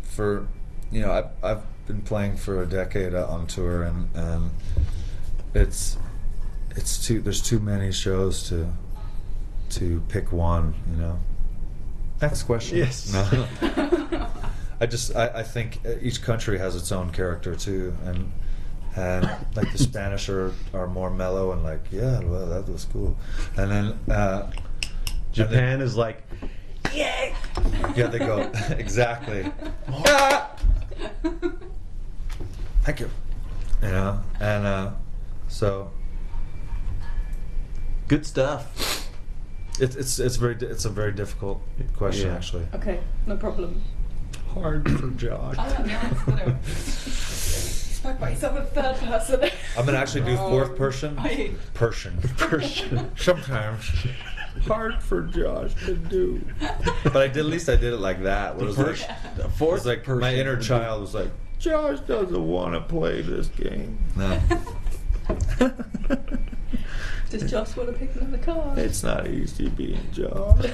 Speaker 5: for, you know, I, I've been playing for a decade uh, on tour, and, and it's it's too there's too many shows to to pick one, you know. Next question.
Speaker 6: Yes.
Speaker 5: No. I just I, I think uh, each country has its own character too, and and like the Spanish are, are more mellow and like yeah well that was cool, and then uh,
Speaker 6: Japan is like,
Speaker 5: yeah they go exactly. Ah! Thank you. You know and uh, so
Speaker 6: good stuff.
Speaker 5: it's it's it's very di- it's a very difficult question
Speaker 6: Yeah.
Speaker 5: actually.
Speaker 4: Okay, no problem.
Speaker 5: Hard for Josh.
Speaker 7: I don't know. It's whatever. Spoke about yourself in third person.
Speaker 5: I'm gonna actually do fourth person.
Speaker 7: I-
Speaker 5: Person. Person. Sometimes. Hard for Josh to do. But I did at least I did it like that. Where it was like,
Speaker 6: The
Speaker 5: it
Speaker 6: uh, fourth
Speaker 5: was like
Speaker 6: person.
Speaker 5: my inner child was like, Josh doesn't want to play this game. No,
Speaker 4: Does Josh want to pick another card?
Speaker 5: it's not easy being Josh.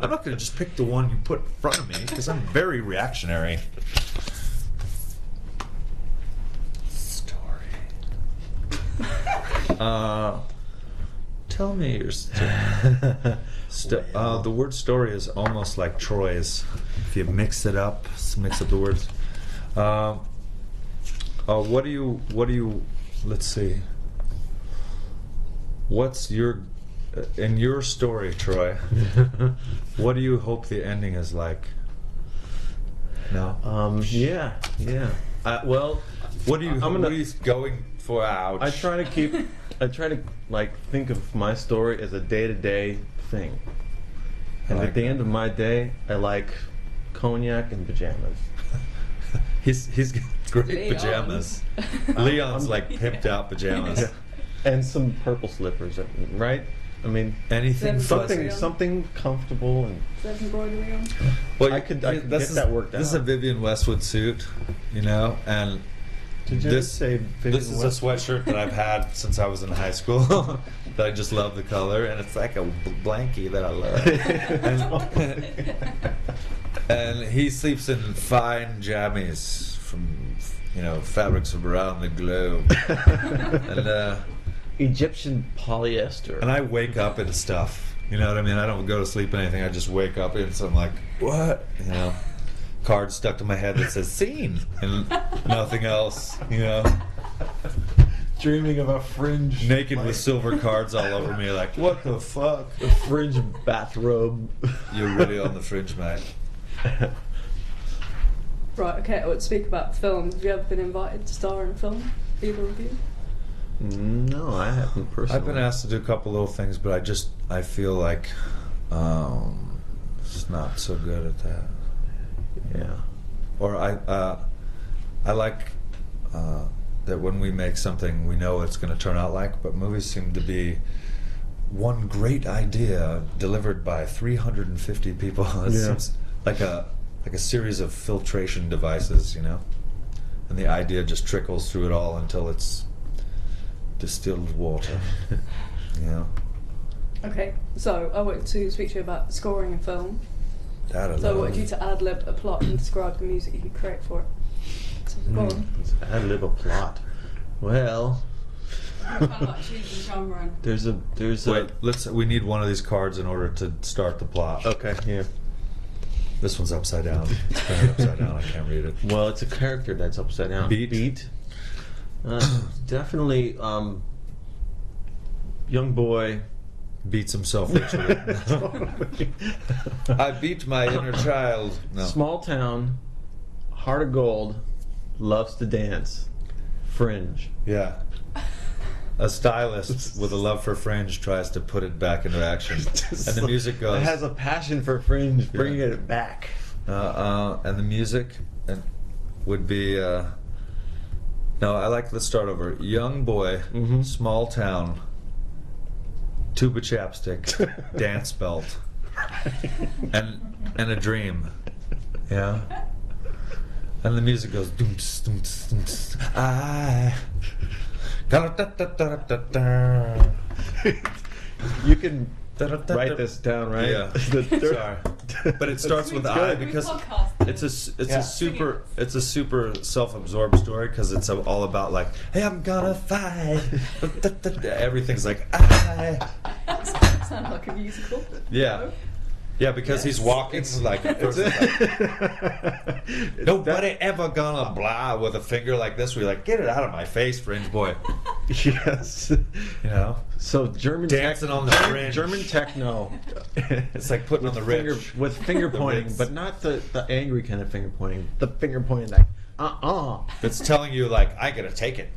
Speaker 5: I'm not gonna just pick the one you put in front of me because I'm very reactionary. Story. uh, tell me your story. Sto- uh, the word story is almost like Troy's. If you mix it up, s- mix up the words. Um, uh, what do you? What do you? Let's see. What's your uh, in your story, Troy? what do you hope the ending is like? No.
Speaker 6: Um, yeah, yeah. I, well,
Speaker 5: what do you?
Speaker 6: I'm gonna-
Speaker 5: what are you going for? Ouch.
Speaker 6: I try to keep. I try to like think of my story as a day-to-day thing. And
Speaker 5: like
Speaker 6: at the
Speaker 5: that.
Speaker 6: end of my day, I like cognac and pajamas.
Speaker 5: He's he's got great
Speaker 4: Leon's.
Speaker 5: pajamas. Leon's like pimped out pajamas.
Speaker 6: And some purple slippers, I mean, right? I mean,
Speaker 5: Anything
Speaker 4: Then
Speaker 5: fuzzy.
Speaker 6: something
Speaker 4: Fuzzy.
Speaker 6: something comfortable and
Speaker 4: Is there embroidery on?
Speaker 5: Well,
Speaker 6: I
Speaker 5: you-
Speaker 6: could- I
Speaker 5: you-
Speaker 6: could
Speaker 5: this
Speaker 6: get
Speaker 5: is-
Speaker 6: that worked
Speaker 5: This is a
Speaker 6: out.
Speaker 5: Vivian Westwood suit, you know, and
Speaker 6: Did you
Speaker 5: this
Speaker 6: say Vivian
Speaker 5: this is a
Speaker 6: Westwood?
Speaker 5: sweatshirt that I've had since I was in high school that I just love the color, and it's like a bl- blankie that I love. and, and he sleeps in fine jammies from you know fabrics from around the globe, and. Uh,
Speaker 6: Egyptian polyester.
Speaker 5: and I wake up in stuff. You know what I mean? I don't go to sleep in anything. I just wake up in some like what? You know, card stuck to my head that says "scene" and nothing else. You know,
Speaker 6: dreaming of a fringe
Speaker 5: naked with silver cards all over me. Like what the fuck?
Speaker 6: fringe bathrobe.
Speaker 5: You're really on the fringe, mate.
Speaker 4: Right, okay, I would speak about film. Have you ever been invited to star in a film? Either of you?
Speaker 6: no, I haven't personally.
Speaker 5: I've been asked to do a couple little things, but I just I feel like um, just not so good at that.
Speaker 6: Yeah.
Speaker 5: or I uh, I like uh, that when we make something we know it's going to turn out like. But movies seem to be one great idea delivered by 350 people. it
Speaker 6: Yeah.
Speaker 5: seems like a like a series of filtration devices, you know, and the idea just trickles through it all until it's distilled water. yeah,
Speaker 4: Okay, so I wanted to speak to you about scoring a film.
Speaker 5: that alone.
Speaker 4: So I wanted you to ad lib a plot and describe the music you create for it. So
Speaker 5: Hmm.
Speaker 4: go on.
Speaker 6: I live a plot. Well,
Speaker 7: kind of like changing genre and
Speaker 6: there's a there's
Speaker 5: Wait, let's. We need one of these cards in order to start the plot.
Speaker 6: a okay. Yeah.
Speaker 5: This one's upside down. It's printed upside down. I can't read it.
Speaker 6: Well, it's a character that's upside down.
Speaker 5: Beat.
Speaker 6: Uh, definitely. Um, young boy.
Speaker 5: Beats himself literally. I beat my inner child. No.
Speaker 6: Small town, heart of gold, loves to dance, fringe.
Speaker 5: Yeah. A stylist with a love for fringe tries to put it back into action, and the music goes.
Speaker 6: It has a passion for fringe, bringing it back.
Speaker 5: Uh, uh, and the music and would be. Uh, no, I like. Let's start over. Young boy,
Speaker 6: Mm-hmm.
Speaker 5: small town, tube of chapstick, dance belt, and and a dream. Yeah. And the music goes. Doomps, doomps, doomps. I.
Speaker 6: You can write this down, right?
Speaker 5: Yeah.
Speaker 6: The third-
Speaker 5: Sorry. But it starts with I
Speaker 6: good.
Speaker 5: because
Speaker 7: Podcast.
Speaker 5: it's a s- it's
Speaker 6: Yeah.
Speaker 5: a super it's a super self-absorbed story because it's all about like hey I'm gonna fight everything's like I
Speaker 4: Sound like a musical.
Speaker 5: yeah yeah because he's walking like, first it's like nobody ever gonna blah with a finger like this we're like get it out of my face fringe boy
Speaker 6: yes.
Speaker 5: you know
Speaker 6: So German
Speaker 5: Dancing
Speaker 6: tech-
Speaker 5: on the fringe.
Speaker 6: German techno.
Speaker 5: it's like putting on the
Speaker 6: finger,
Speaker 5: ridge
Speaker 6: with finger
Speaker 5: The
Speaker 6: pointing,
Speaker 5: Ritz.
Speaker 6: but not the, the angry kind of finger pointing. The finger pointing like uh uh
Speaker 5: that's telling you like I gotta take it.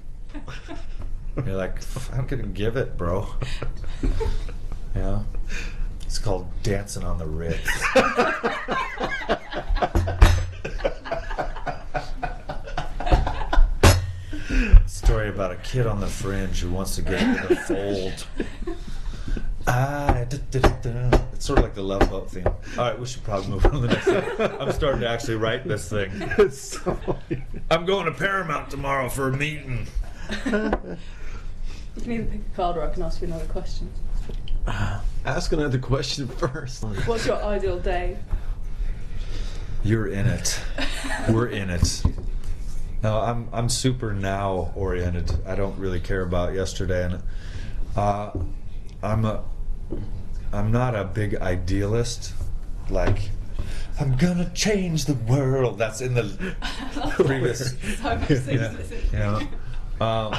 Speaker 5: You're like I'm gonna give it, bro. Yeah, it's called dancing on the Ritz. Story about a kid on the fringe who wants to get into the fold. Ah, da, da, da, da. It's sort of like the Love Boat theme. All right, we should probably move on to the next thing. I'm starting to actually write this thing.
Speaker 6: It's so
Speaker 5: I'm going to Paramount tomorrow for a meeting.
Speaker 4: You can either pick a card or I can ask you another question.
Speaker 6: Ask another question first.
Speaker 4: What's your ideal day?
Speaker 5: You're in it. We're in it. No, I'm I'm super now oriented. I don't really care about yesterday, and uh, I'm a I'm not a big idealist. Like I'm gonna change the world. That's in the previous.
Speaker 7: So much sense.
Speaker 5: Yeah. yeah. Um,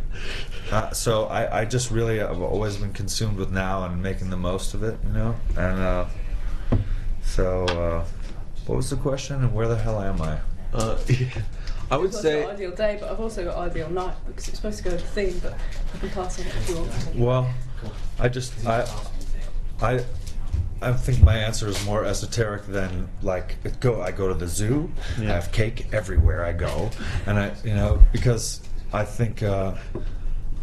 Speaker 5: uh, so I, I just really have always been consumed with now and making the most of it, you know. And uh, so, uh, what was the question? And where the hell am I?
Speaker 6: Uh, I would
Speaker 4: What's
Speaker 6: say
Speaker 4: your ideal day? But I've also got ideal night because it's supposed to go with the theme, but I can pass on it if you want.
Speaker 5: Well, I just I I I think my answer is more esoteric than like it go. I go to the zoo. I have cake everywhere I go, and I you know because I think uh,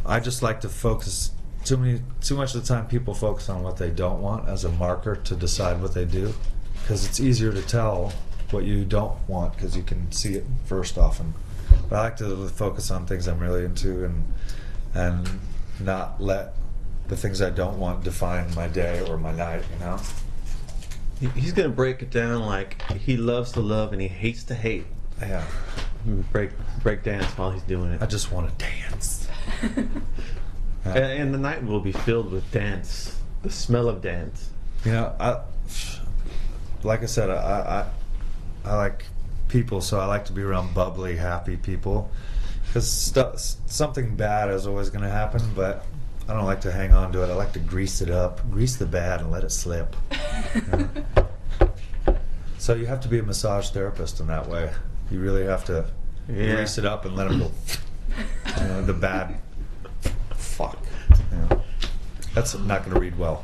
Speaker 5: I just like to focus. Too many, too much of the time, people focus on what they don't want as a marker to decide what they do, because it's easier to tell what you don't want because you can see it first often. But I like to focus on things I'm really into and and not let the things I don't want define my day or my night, you know?
Speaker 6: he- he's gonna break it down like he loves to love and he hates to hate.
Speaker 5: Yeah.
Speaker 6: Break break dance while he's doing it.
Speaker 5: I just want to dance.
Speaker 6: And, and the night will be filled with dance. The smell of dance.
Speaker 5: You know, I like I said, I I, I like people, so I like to be around bubbly, happy people. Because something bad is always going to happen, but I don't like to hang on to it. I like to grease it up, grease the bad, and let it slip. Yeah. so you have to be a massage therapist in that way. You really have to
Speaker 6: Yeah.
Speaker 5: grease it up and let it go. you know, the bad. Fuck. Yeah. That's not going to read well.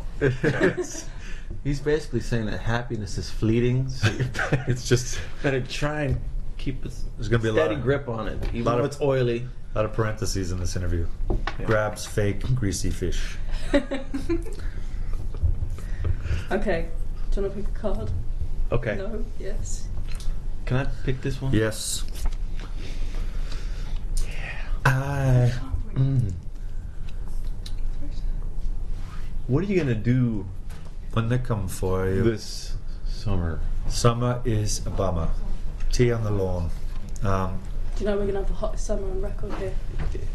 Speaker 6: He's basically saying that happiness is fleeting. So you
Speaker 5: It's just
Speaker 6: better try and keep a s-
Speaker 5: There's gonna be a lot
Speaker 6: steady
Speaker 5: of-
Speaker 6: grip on it, even
Speaker 5: lot
Speaker 6: though
Speaker 5: of-
Speaker 6: it's oily.
Speaker 5: A lot of parentheses in this interview. Grabs fake greasy fish.
Speaker 4: Okay. Do you want to pick a card?
Speaker 6: Okay.
Speaker 4: No. Yes.
Speaker 6: Can I pick this one?
Speaker 5: Yes. I
Speaker 6: What are you gonna do
Speaker 5: when they come for you.
Speaker 6: this summer?
Speaker 5: Summer is a bummer. Tea on the lawn. Um,
Speaker 4: Do you know we're gonna have the hottest summer on record here?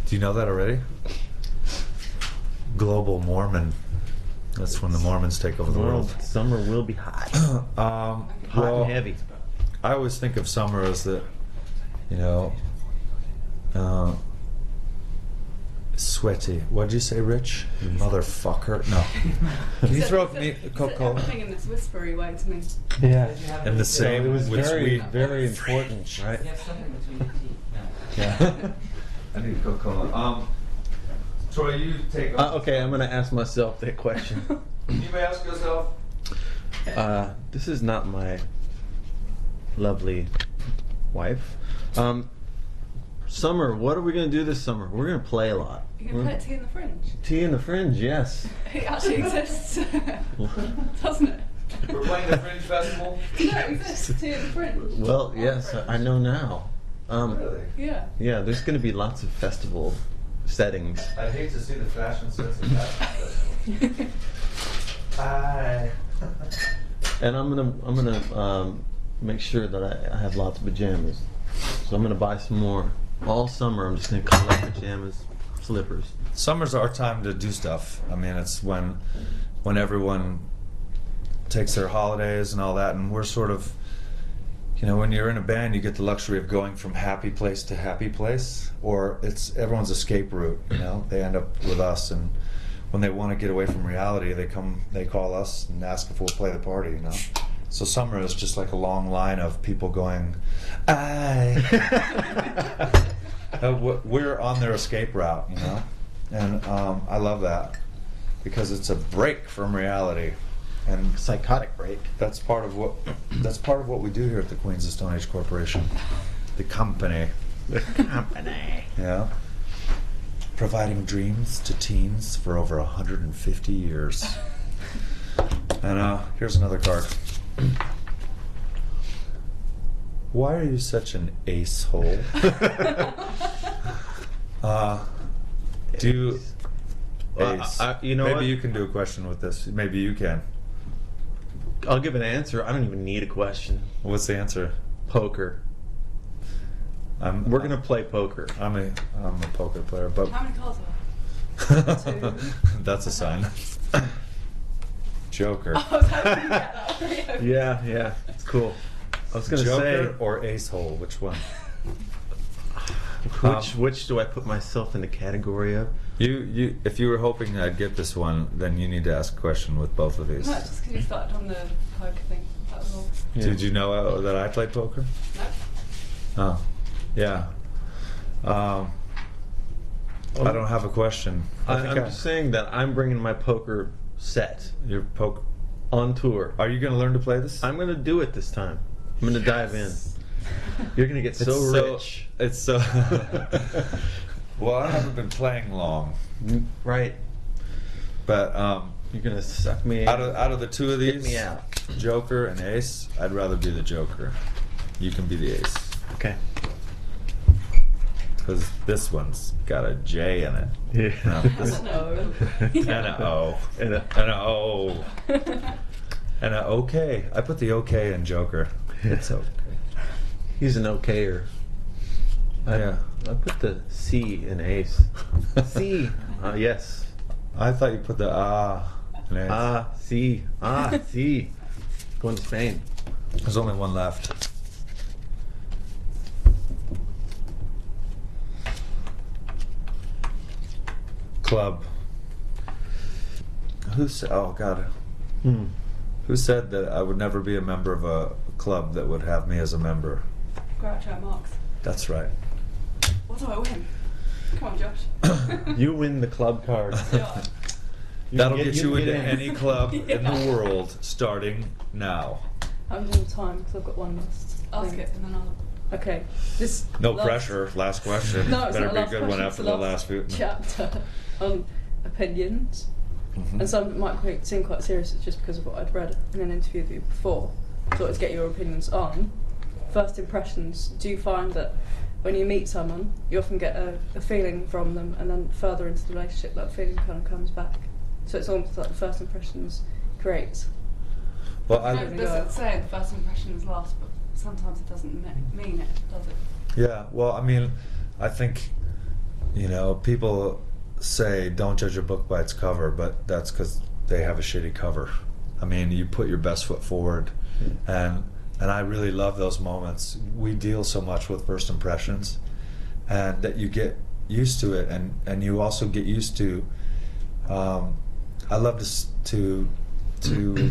Speaker 5: do you know that already? Global Mormon. That's when the Mormons take over the world.
Speaker 6: summer will be hot, hot
Speaker 5: Um, well,
Speaker 6: and heavy.
Speaker 5: I always think of summer as the, you know, uh, sweaty. What'd you say, Rich? You
Speaker 6: Mm-hmm.
Speaker 5: motherfucker. No. Can you throw me a Coca Cola?
Speaker 3: Everything in this whispery way to me.
Speaker 6: Yeah.
Speaker 5: And the same
Speaker 6: it was
Speaker 5: with
Speaker 6: very,
Speaker 5: sweet.
Speaker 6: very important, right?
Speaker 5: Yeah. I need Coca Cola. Um, Troy, you take.
Speaker 6: Uh, okay, I'm gonna ask myself that question.
Speaker 5: You may ask yourself.
Speaker 6: Uh, this is not my lovely wife. Um, summer, what are we going to do this summer? We're going to play a lot.
Speaker 7: You can put tea in the fringe.
Speaker 6: Tea in the Fringe, yes.
Speaker 7: It actually exists, doesn't it?
Speaker 5: We're playing the Fringe Festival.
Speaker 7: No, it exists. Tea in the fringe.
Speaker 6: Well, yes, I I know now. Um,
Speaker 5: Really?
Speaker 7: Yeah.
Speaker 6: Yeah, there's going to be lots of festival settings.
Speaker 5: I'd hate to see the fashion sense of that. Hi.
Speaker 6: and I'm gonna I'm gonna um, make sure that I, I have lots of pajamas. So I'm gonna buy some more all summer. I'm just gonna collect pajamas, slippers.
Speaker 5: Summer's our time to do stuff. I mean, it's when when everyone takes their holidays and all that, and we're sort of, you know, when you're in a band, you get the luxury of going from happy place to happy place, or it's everyone's escape route. You know, they end up with us, and when they want to get away from reality, they come, they call us and ask if we'll play the party. You know. So summer is just like a long line of people going, "I." Uh, w- we're on their escape route, you know, and um, I love that because it's a break from reality, and
Speaker 6: Psychotic break.
Speaker 5: that's part of what that's part of what we do here at the Queens of Stone Age Corporation, the company,
Speaker 6: Company.
Speaker 5: you know, providing dreams to teens for over 150 years. and uh, here's another card. Why are you such an ace hole? uh, do you,
Speaker 6: Well,
Speaker 5: Ace.
Speaker 6: I- I- you know
Speaker 5: maybe
Speaker 6: what?
Speaker 5: you can do a question with this. Maybe you can.
Speaker 6: I'll give an answer. I don't even need a question.
Speaker 5: What's the answer?
Speaker 6: Poker.
Speaker 5: I'm,
Speaker 6: We're gonna play poker.
Speaker 5: I'm a I'm a poker player, but
Speaker 7: How many cards are there?
Speaker 5: that's a sign. Joker.
Speaker 7: I was hoping to get that three over.
Speaker 6: Yeah, yeah, it's cool. I was gonna
Speaker 5: Joker or ace hole? Which one?
Speaker 6: say which which do I put myself in the category of?
Speaker 5: You you. If you were hoping I'd get this one, then you need to ask a question with both of these.
Speaker 7: No, it's just because you started on the poker thing. That was all.
Speaker 5: Did you know uh, that I play poker?
Speaker 7: No?
Speaker 5: Oh, yeah. Um, I don't have a question.
Speaker 6: I,
Speaker 5: think
Speaker 6: I'm
Speaker 5: I-
Speaker 6: just saying that I'm bringing my poker set
Speaker 5: Your poke.
Speaker 6: on tour.
Speaker 5: Are you going to learn to play this?
Speaker 6: I'm gonna do it this time. I'm gonna dive in. You're gonna get so
Speaker 5: It's
Speaker 6: rich.
Speaker 5: It's so. well, I haven't been playing long,
Speaker 6: right.
Speaker 5: but um,
Speaker 6: You're gonna suck me
Speaker 5: out of out of the two of these,
Speaker 6: Get me out.
Speaker 5: Joker and Ace, I'd rather be the Joker. You can be the Ace
Speaker 6: Okay.
Speaker 5: because this one's got a J in it
Speaker 6: Yeah.
Speaker 5: This-
Speaker 4: No.
Speaker 5: and a O
Speaker 6: And a-
Speaker 5: and a O and a OK. I put the OK in Joker. It's OK.
Speaker 6: He's an okayer.
Speaker 5: Yeah.
Speaker 6: I put the C in ace. C. Uh, yes.
Speaker 5: I thought you put the ah. in Ace.
Speaker 6: Ah, C. Ah, C. Going to Spain.
Speaker 5: There's only one left. Club. Who said? Oh God.
Speaker 6: Hmm.
Speaker 5: Who said that I would never be a member of a club that would have me as a member?
Speaker 7: Groucho Marx.
Speaker 5: That's right.
Speaker 7: What do I win? Come on, Josh.
Speaker 6: You win the club card.
Speaker 7: Yeah.
Speaker 6: You
Speaker 5: That'll get,
Speaker 6: get- you
Speaker 5: you
Speaker 6: get
Speaker 5: into
Speaker 6: in.
Speaker 5: any club in the world starting now.
Speaker 4: I'm doing time because I've got one last.
Speaker 7: Ask
Speaker 4: thing.
Speaker 7: it and then I'll.
Speaker 4: Okay. This.
Speaker 5: No
Speaker 4: last
Speaker 5: pressure. Last question.
Speaker 4: No, it's
Speaker 5: Better
Speaker 4: not
Speaker 5: be a
Speaker 4: last
Speaker 5: good one
Speaker 4: question,
Speaker 5: after
Speaker 4: it's the
Speaker 5: the
Speaker 4: last
Speaker 5: last few.
Speaker 4: Chapter on opinions,
Speaker 5: Mm-hmm.
Speaker 4: and some might quite- seem quite serious it's just because of what I'd read in an interview with you before. So it's get your opinions on first impressions. Do you find that when you meet someone, you often get a, a feeling from them, and then further into the relationship, that feeling kind of comes back. So it's almost like the first impressions creates.
Speaker 5: Well, I,
Speaker 7: No, there's a saying, first impression is last, but sometimes it doesn't me- mean it, does it?
Speaker 5: Yeah, well, I mean, I think, you know, people say don't judge a book by its cover, but that's because they have a shitty cover. I mean, you put your best foot forward, and and I really love those moments. We deal so much with first impressions, and that you get used to it, and and you also get used to. Um, I love to s- to to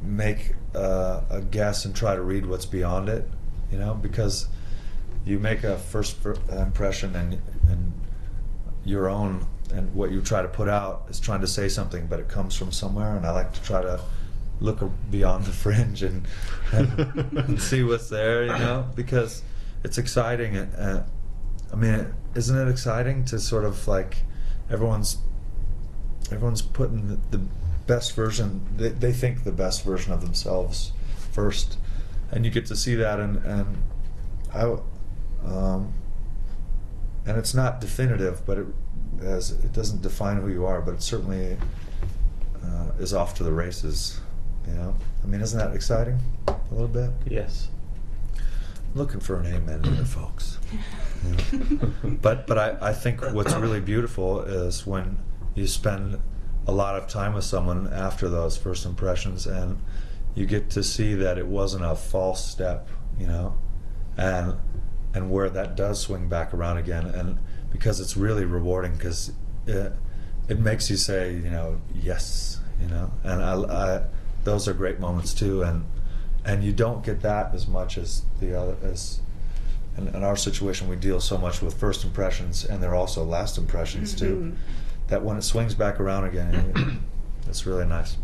Speaker 5: make uh, a guess and try to read what's beyond it, you know, because you make a first fir- impression and and your own and what you try to put out is trying to say something but it comes from somewhere and i like to try to look beyond the fringe and, and, and see what's there, you know, because it's exciting. Uh, I mean, isn't it exciting to sort of like everyone's everyone's putting the, the best version they, they think the best version of themselves first and you get to see that and and I um, and it's not definitive but it as it doesn't define who you are but it certainly uh, is off to the races you know I mean isn't that exciting a little bit
Speaker 6: Yes.
Speaker 5: looking for an amen in there, folks. You know. but but I, I think what's really beautiful is when you spend a lot of time with someone after those first impressions and you get to see that it wasn't a false step, you know, and and where that does swing back around again, and because it's really rewarding because it, it makes you say, you know, yes, you know, and I, I those are great moments too, and and you don't get that as much as the other as in, in our situation we deal so much with first impressions and they're also last impressions too that when it swings back around again it's really nice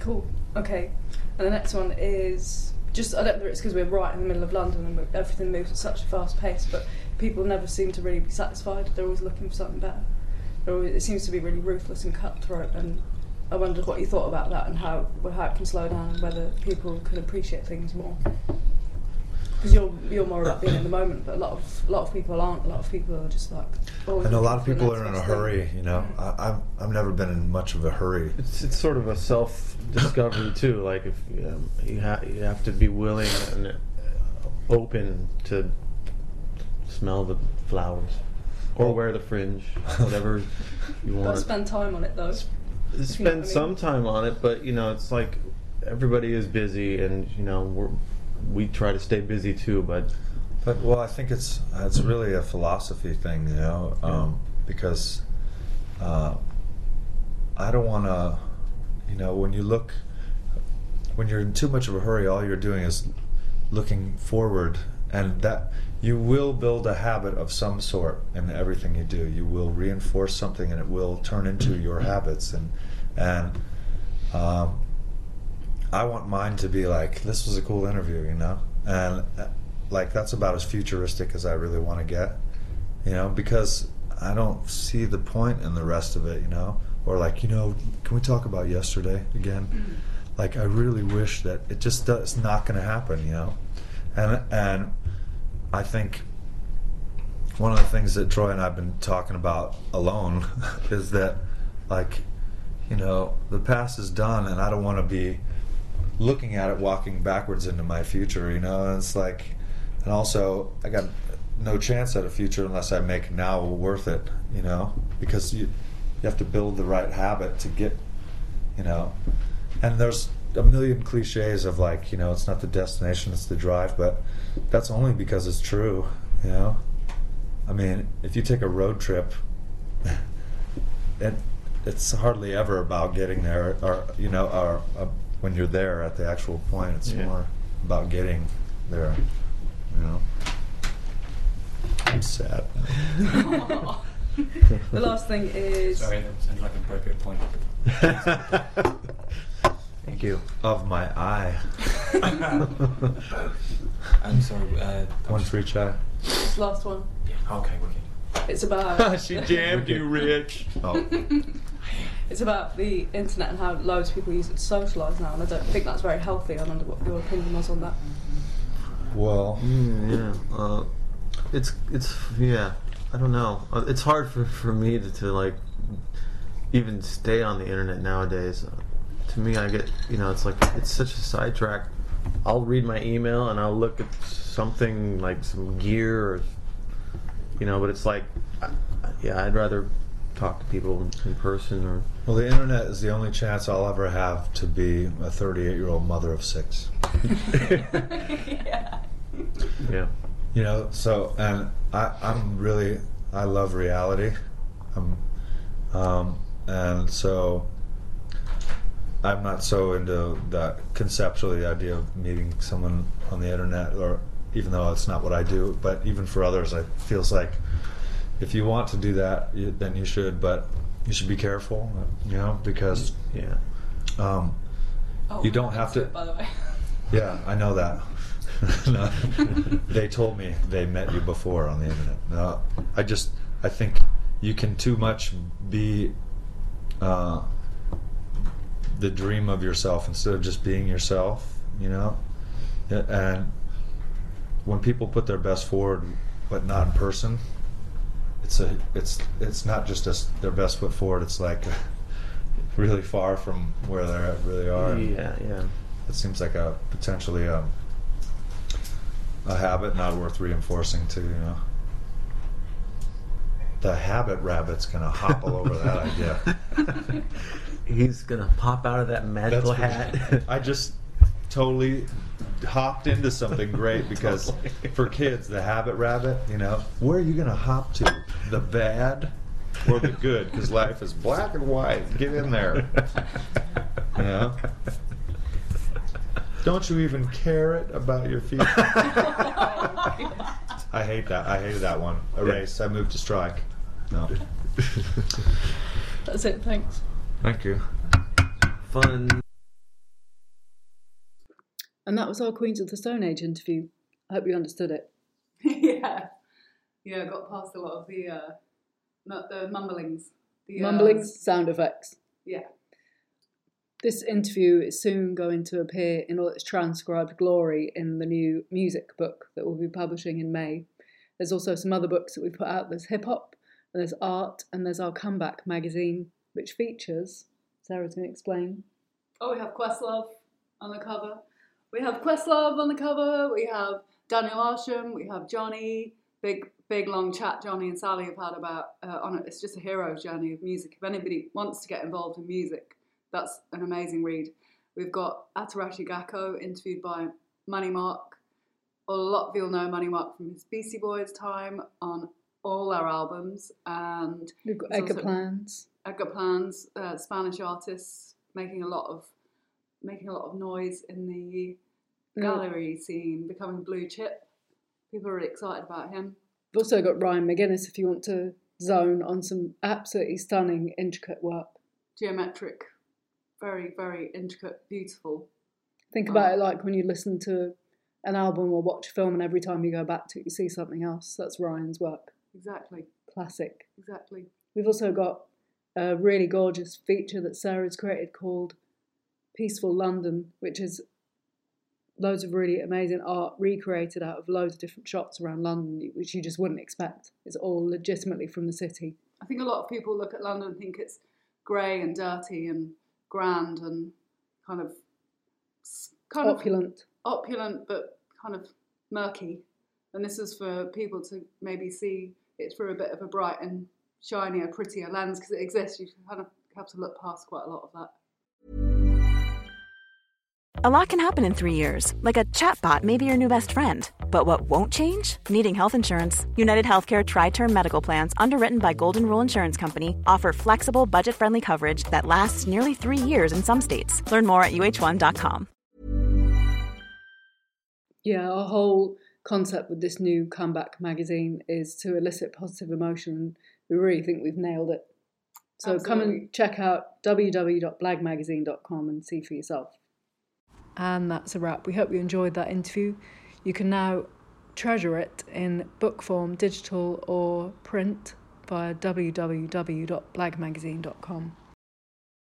Speaker 4: Cool. Okay. And the next one is just I don't know whether it's because we're right in the middle of London and we're- everything moves at such a fast pace, but people never seem to really be satisfied. They're always looking for something better. They're always, it seems to be really ruthless and cutthroat. And I wondered what you thought about that and how well, how it can slow down and whether people can appreciate things more. Because you're you're more about being in the moment, but a lot of a lot of people aren't. A lot of people are just like. oh, always
Speaker 5: and a lot of
Speaker 4: looking for
Speaker 5: people
Speaker 4: the
Speaker 5: are in
Speaker 4: next
Speaker 5: a
Speaker 4: best thing.
Speaker 5: hurry you know I, I've, I've never been in much of a hurry
Speaker 6: It's, it's sort of a self discovery too. Like if um, you ha- you have to be willing and uh, open to smell the flowers
Speaker 5: Oh.
Speaker 6: or wear the fringe, whatever you
Speaker 4: Gotta
Speaker 6: want.
Speaker 4: spend time on it though.
Speaker 6: spend
Speaker 4: I mean-
Speaker 6: some time on it, but you know, it's like everybody is busy, and you know, we're, we try to stay busy too. But
Speaker 5: But well, I think it's it's really a philosophy thing, you know, um, because uh, I don't want to, you know, when you look, when you're in too much of a hurry, all you're doing is looking forward, and that you will build a habit of some sort in everything you do. You will reinforce something, and it will turn into your habits, and and. Um, I want mine to be like this was a cool interview, you know, and uh, like that's about as futuristic as I really want to get, you know, because I don't see the point in the rest of it, you know, or like you know, can we talk about yesterday again? Like I really wish that it just does, it's not going to happen, you know, and and I think one of the things that Troy and I've been talking about alone is that like you know the past is done and I don't want to be looking at it walking backwards into my future you know and it's like and also I got no chance at a future unless I make now worth it you know because you you have to build the right habit to get you know and there's a million cliches of like you know it's not the destination it's the drive but that's only because it's true you know I mean, if you take a road trip, it it's hardly ever about getting there, or you know, or uh, when you're there at the actual point, it's
Speaker 6: Yeah.
Speaker 5: more about getting there. You know, I'm sad.
Speaker 4: The last thing is
Speaker 9: Sorry, that sounds like an appropriate point.
Speaker 5: Thank you. Of my eye,
Speaker 9: I'm sorry. Uh, that
Speaker 5: one
Speaker 9: was-
Speaker 5: for each eye.
Speaker 4: this last one.
Speaker 9: Yeah, okay, wicked.
Speaker 4: It's about
Speaker 6: she jammed you, Rich.
Speaker 5: Oh,
Speaker 4: it's about the internet and how loads of people use it to socialise now, and I don't think that's very healthy. I wonder what your opinion was on that.
Speaker 5: well,
Speaker 6: Yeah, uh, it's it's yeah. I don't know. Uh, It's hard for, for me to, to like even stay on the internet nowadays. Uh, to me, I get you know, it's like it's such a sidetrack. I'll read my email and I'll look at something like some gear or you know, but it's like I, I- yeah, I'd rather talk to people in person or
Speaker 5: well, the internet is the only chance I'll ever have to be a 38 year old mother of six.
Speaker 6: yeah.
Speaker 5: you know so and i i'm really i love reality um um and so i'm not so into that conceptually the idea of meeting someone on the internet or even though it's not what i do but even for others it feels like if you want to do that you, then you should but you should be careful you know because
Speaker 6: Yeah.
Speaker 5: um, you don't have to.
Speaker 4: By the way.
Speaker 5: Yeah, I know that. No. they told me they met you before on the internet. No, I just I think you can too much be uh, the dream of yourself instead of just being yourself. You know, Yeah, and when people put their best forward, but not in person, it's a it's it's not just a s their best foot forward. It's like really far from where they are really are. and-
Speaker 6: Yeah, yeah.
Speaker 5: it seems like a potentially um, a habit not worth reinforcing too you know the habit rabbit's gonna hop all over that idea
Speaker 6: He's gonna pop out of that magical
Speaker 5: That's
Speaker 6: hat.
Speaker 5: what- I just totally hopped into something great because for kids, the habit rabbit, you know, where are you going to hop to? The bad or the good? Because life is black and white. Get in there. You know? Don't you even care it about your feet? I hate that. I hated that one. Erase. I moved to strike. No.
Speaker 4: That's it, thanks.
Speaker 5: Thank you.
Speaker 6: Fun.
Speaker 1: And that was our Queens of the Stone Age interview. I hope you understood it.
Speaker 3: yeah, yeah. I Got past a lot of the uh, not the mumblings. The, uh,
Speaker 1: Mumblings, sound effects.
Speaker 3: yeah.
Speaker 1: This interview is soon going to appear in all its transcribed glory in the new music book that we'll be publishing in May. There's also some other books that we've put out. There's hip hop, and there's art, and there's our comeback magazine, which features Sarah can explain.
Speaker 3: Oh, we have Questlove on the cover. We have Questlove on the cover. We have Daniel Arsham. We have Johnny. Big, big long chat Johnny and Sally have had about uh, on it. It's just a hero's journey of music. If anybody wants to get involved in music, that's an amazing read. We've got Atarashi Gakko interviewed by Manny Mark. A lot of you'll know Manny Mark from his Beastie Boys time on all our albums, and
Speaker 1: We've got
Speaker 3: There's
Speaker 1: Edgar
Speaker 3: also-
Speaker 1: Plans.
Speaker 3: Edgar Plans, uh, Spanish artists, making a lot of making a lot of noise in the
Speaker 1: Mm.
Speaker 3: gallery scene, becoming blue chip. People are really excited about him.
Speaker 1: We've also got Ryan McGuinness if you want to zone on some absolutely stunning, intricate work.
Speaker 3: Geometric, very very intricate, beautiful.
Speaker 1: Think about it like when you listen to an album or watch a film, and every time you go back to it, you see something else. That's Ryan's work.
Speaker 3: Exactly,
Speaker 1: Classic.
Speaker 3: exactly.
Speaker 1: We've also got a really gorgeous feature that Sarah's created called Peaceful London, which is loads of really amazing art recreated out of loads of different shots around London, which you just wouldn't expect. It's all legitimately from the city.
Speaker 3: I think a lot of people look at London and think it's grey and dirty and grand and kind of s- kind of
Speaker 1: Opulent.
Speaker 3: opulent but kind of murky. And this is for people to maybe see it through a bit of a bright and shinier, prettier lens because it exists. You kind of have to look past quite a lot of that.
Speaker 10: A lot can happen in three years, like a chatbot may be your new best friend. But what won't change? Needing health insurance. United Healthcare Tri Term Medical Plans, underwritten by Golden Rule Insurance Company, offer flexible, budget friendly coverage that lasts nearly three years in some states. Learn more at uh1.com.
Speaker 1: Yeah, our whole concept with this new comeback magazine is to elicit positive emotion. We really think we've nailed it. So come
Speaker 3: Absolutely.
Speaker 1: and check out www.blagmagazine.com and see for yourself. And that's a wrap. We hope you enjoyed that interview. You can now treasure it in book form, digital or print via www.blagmagazine.com.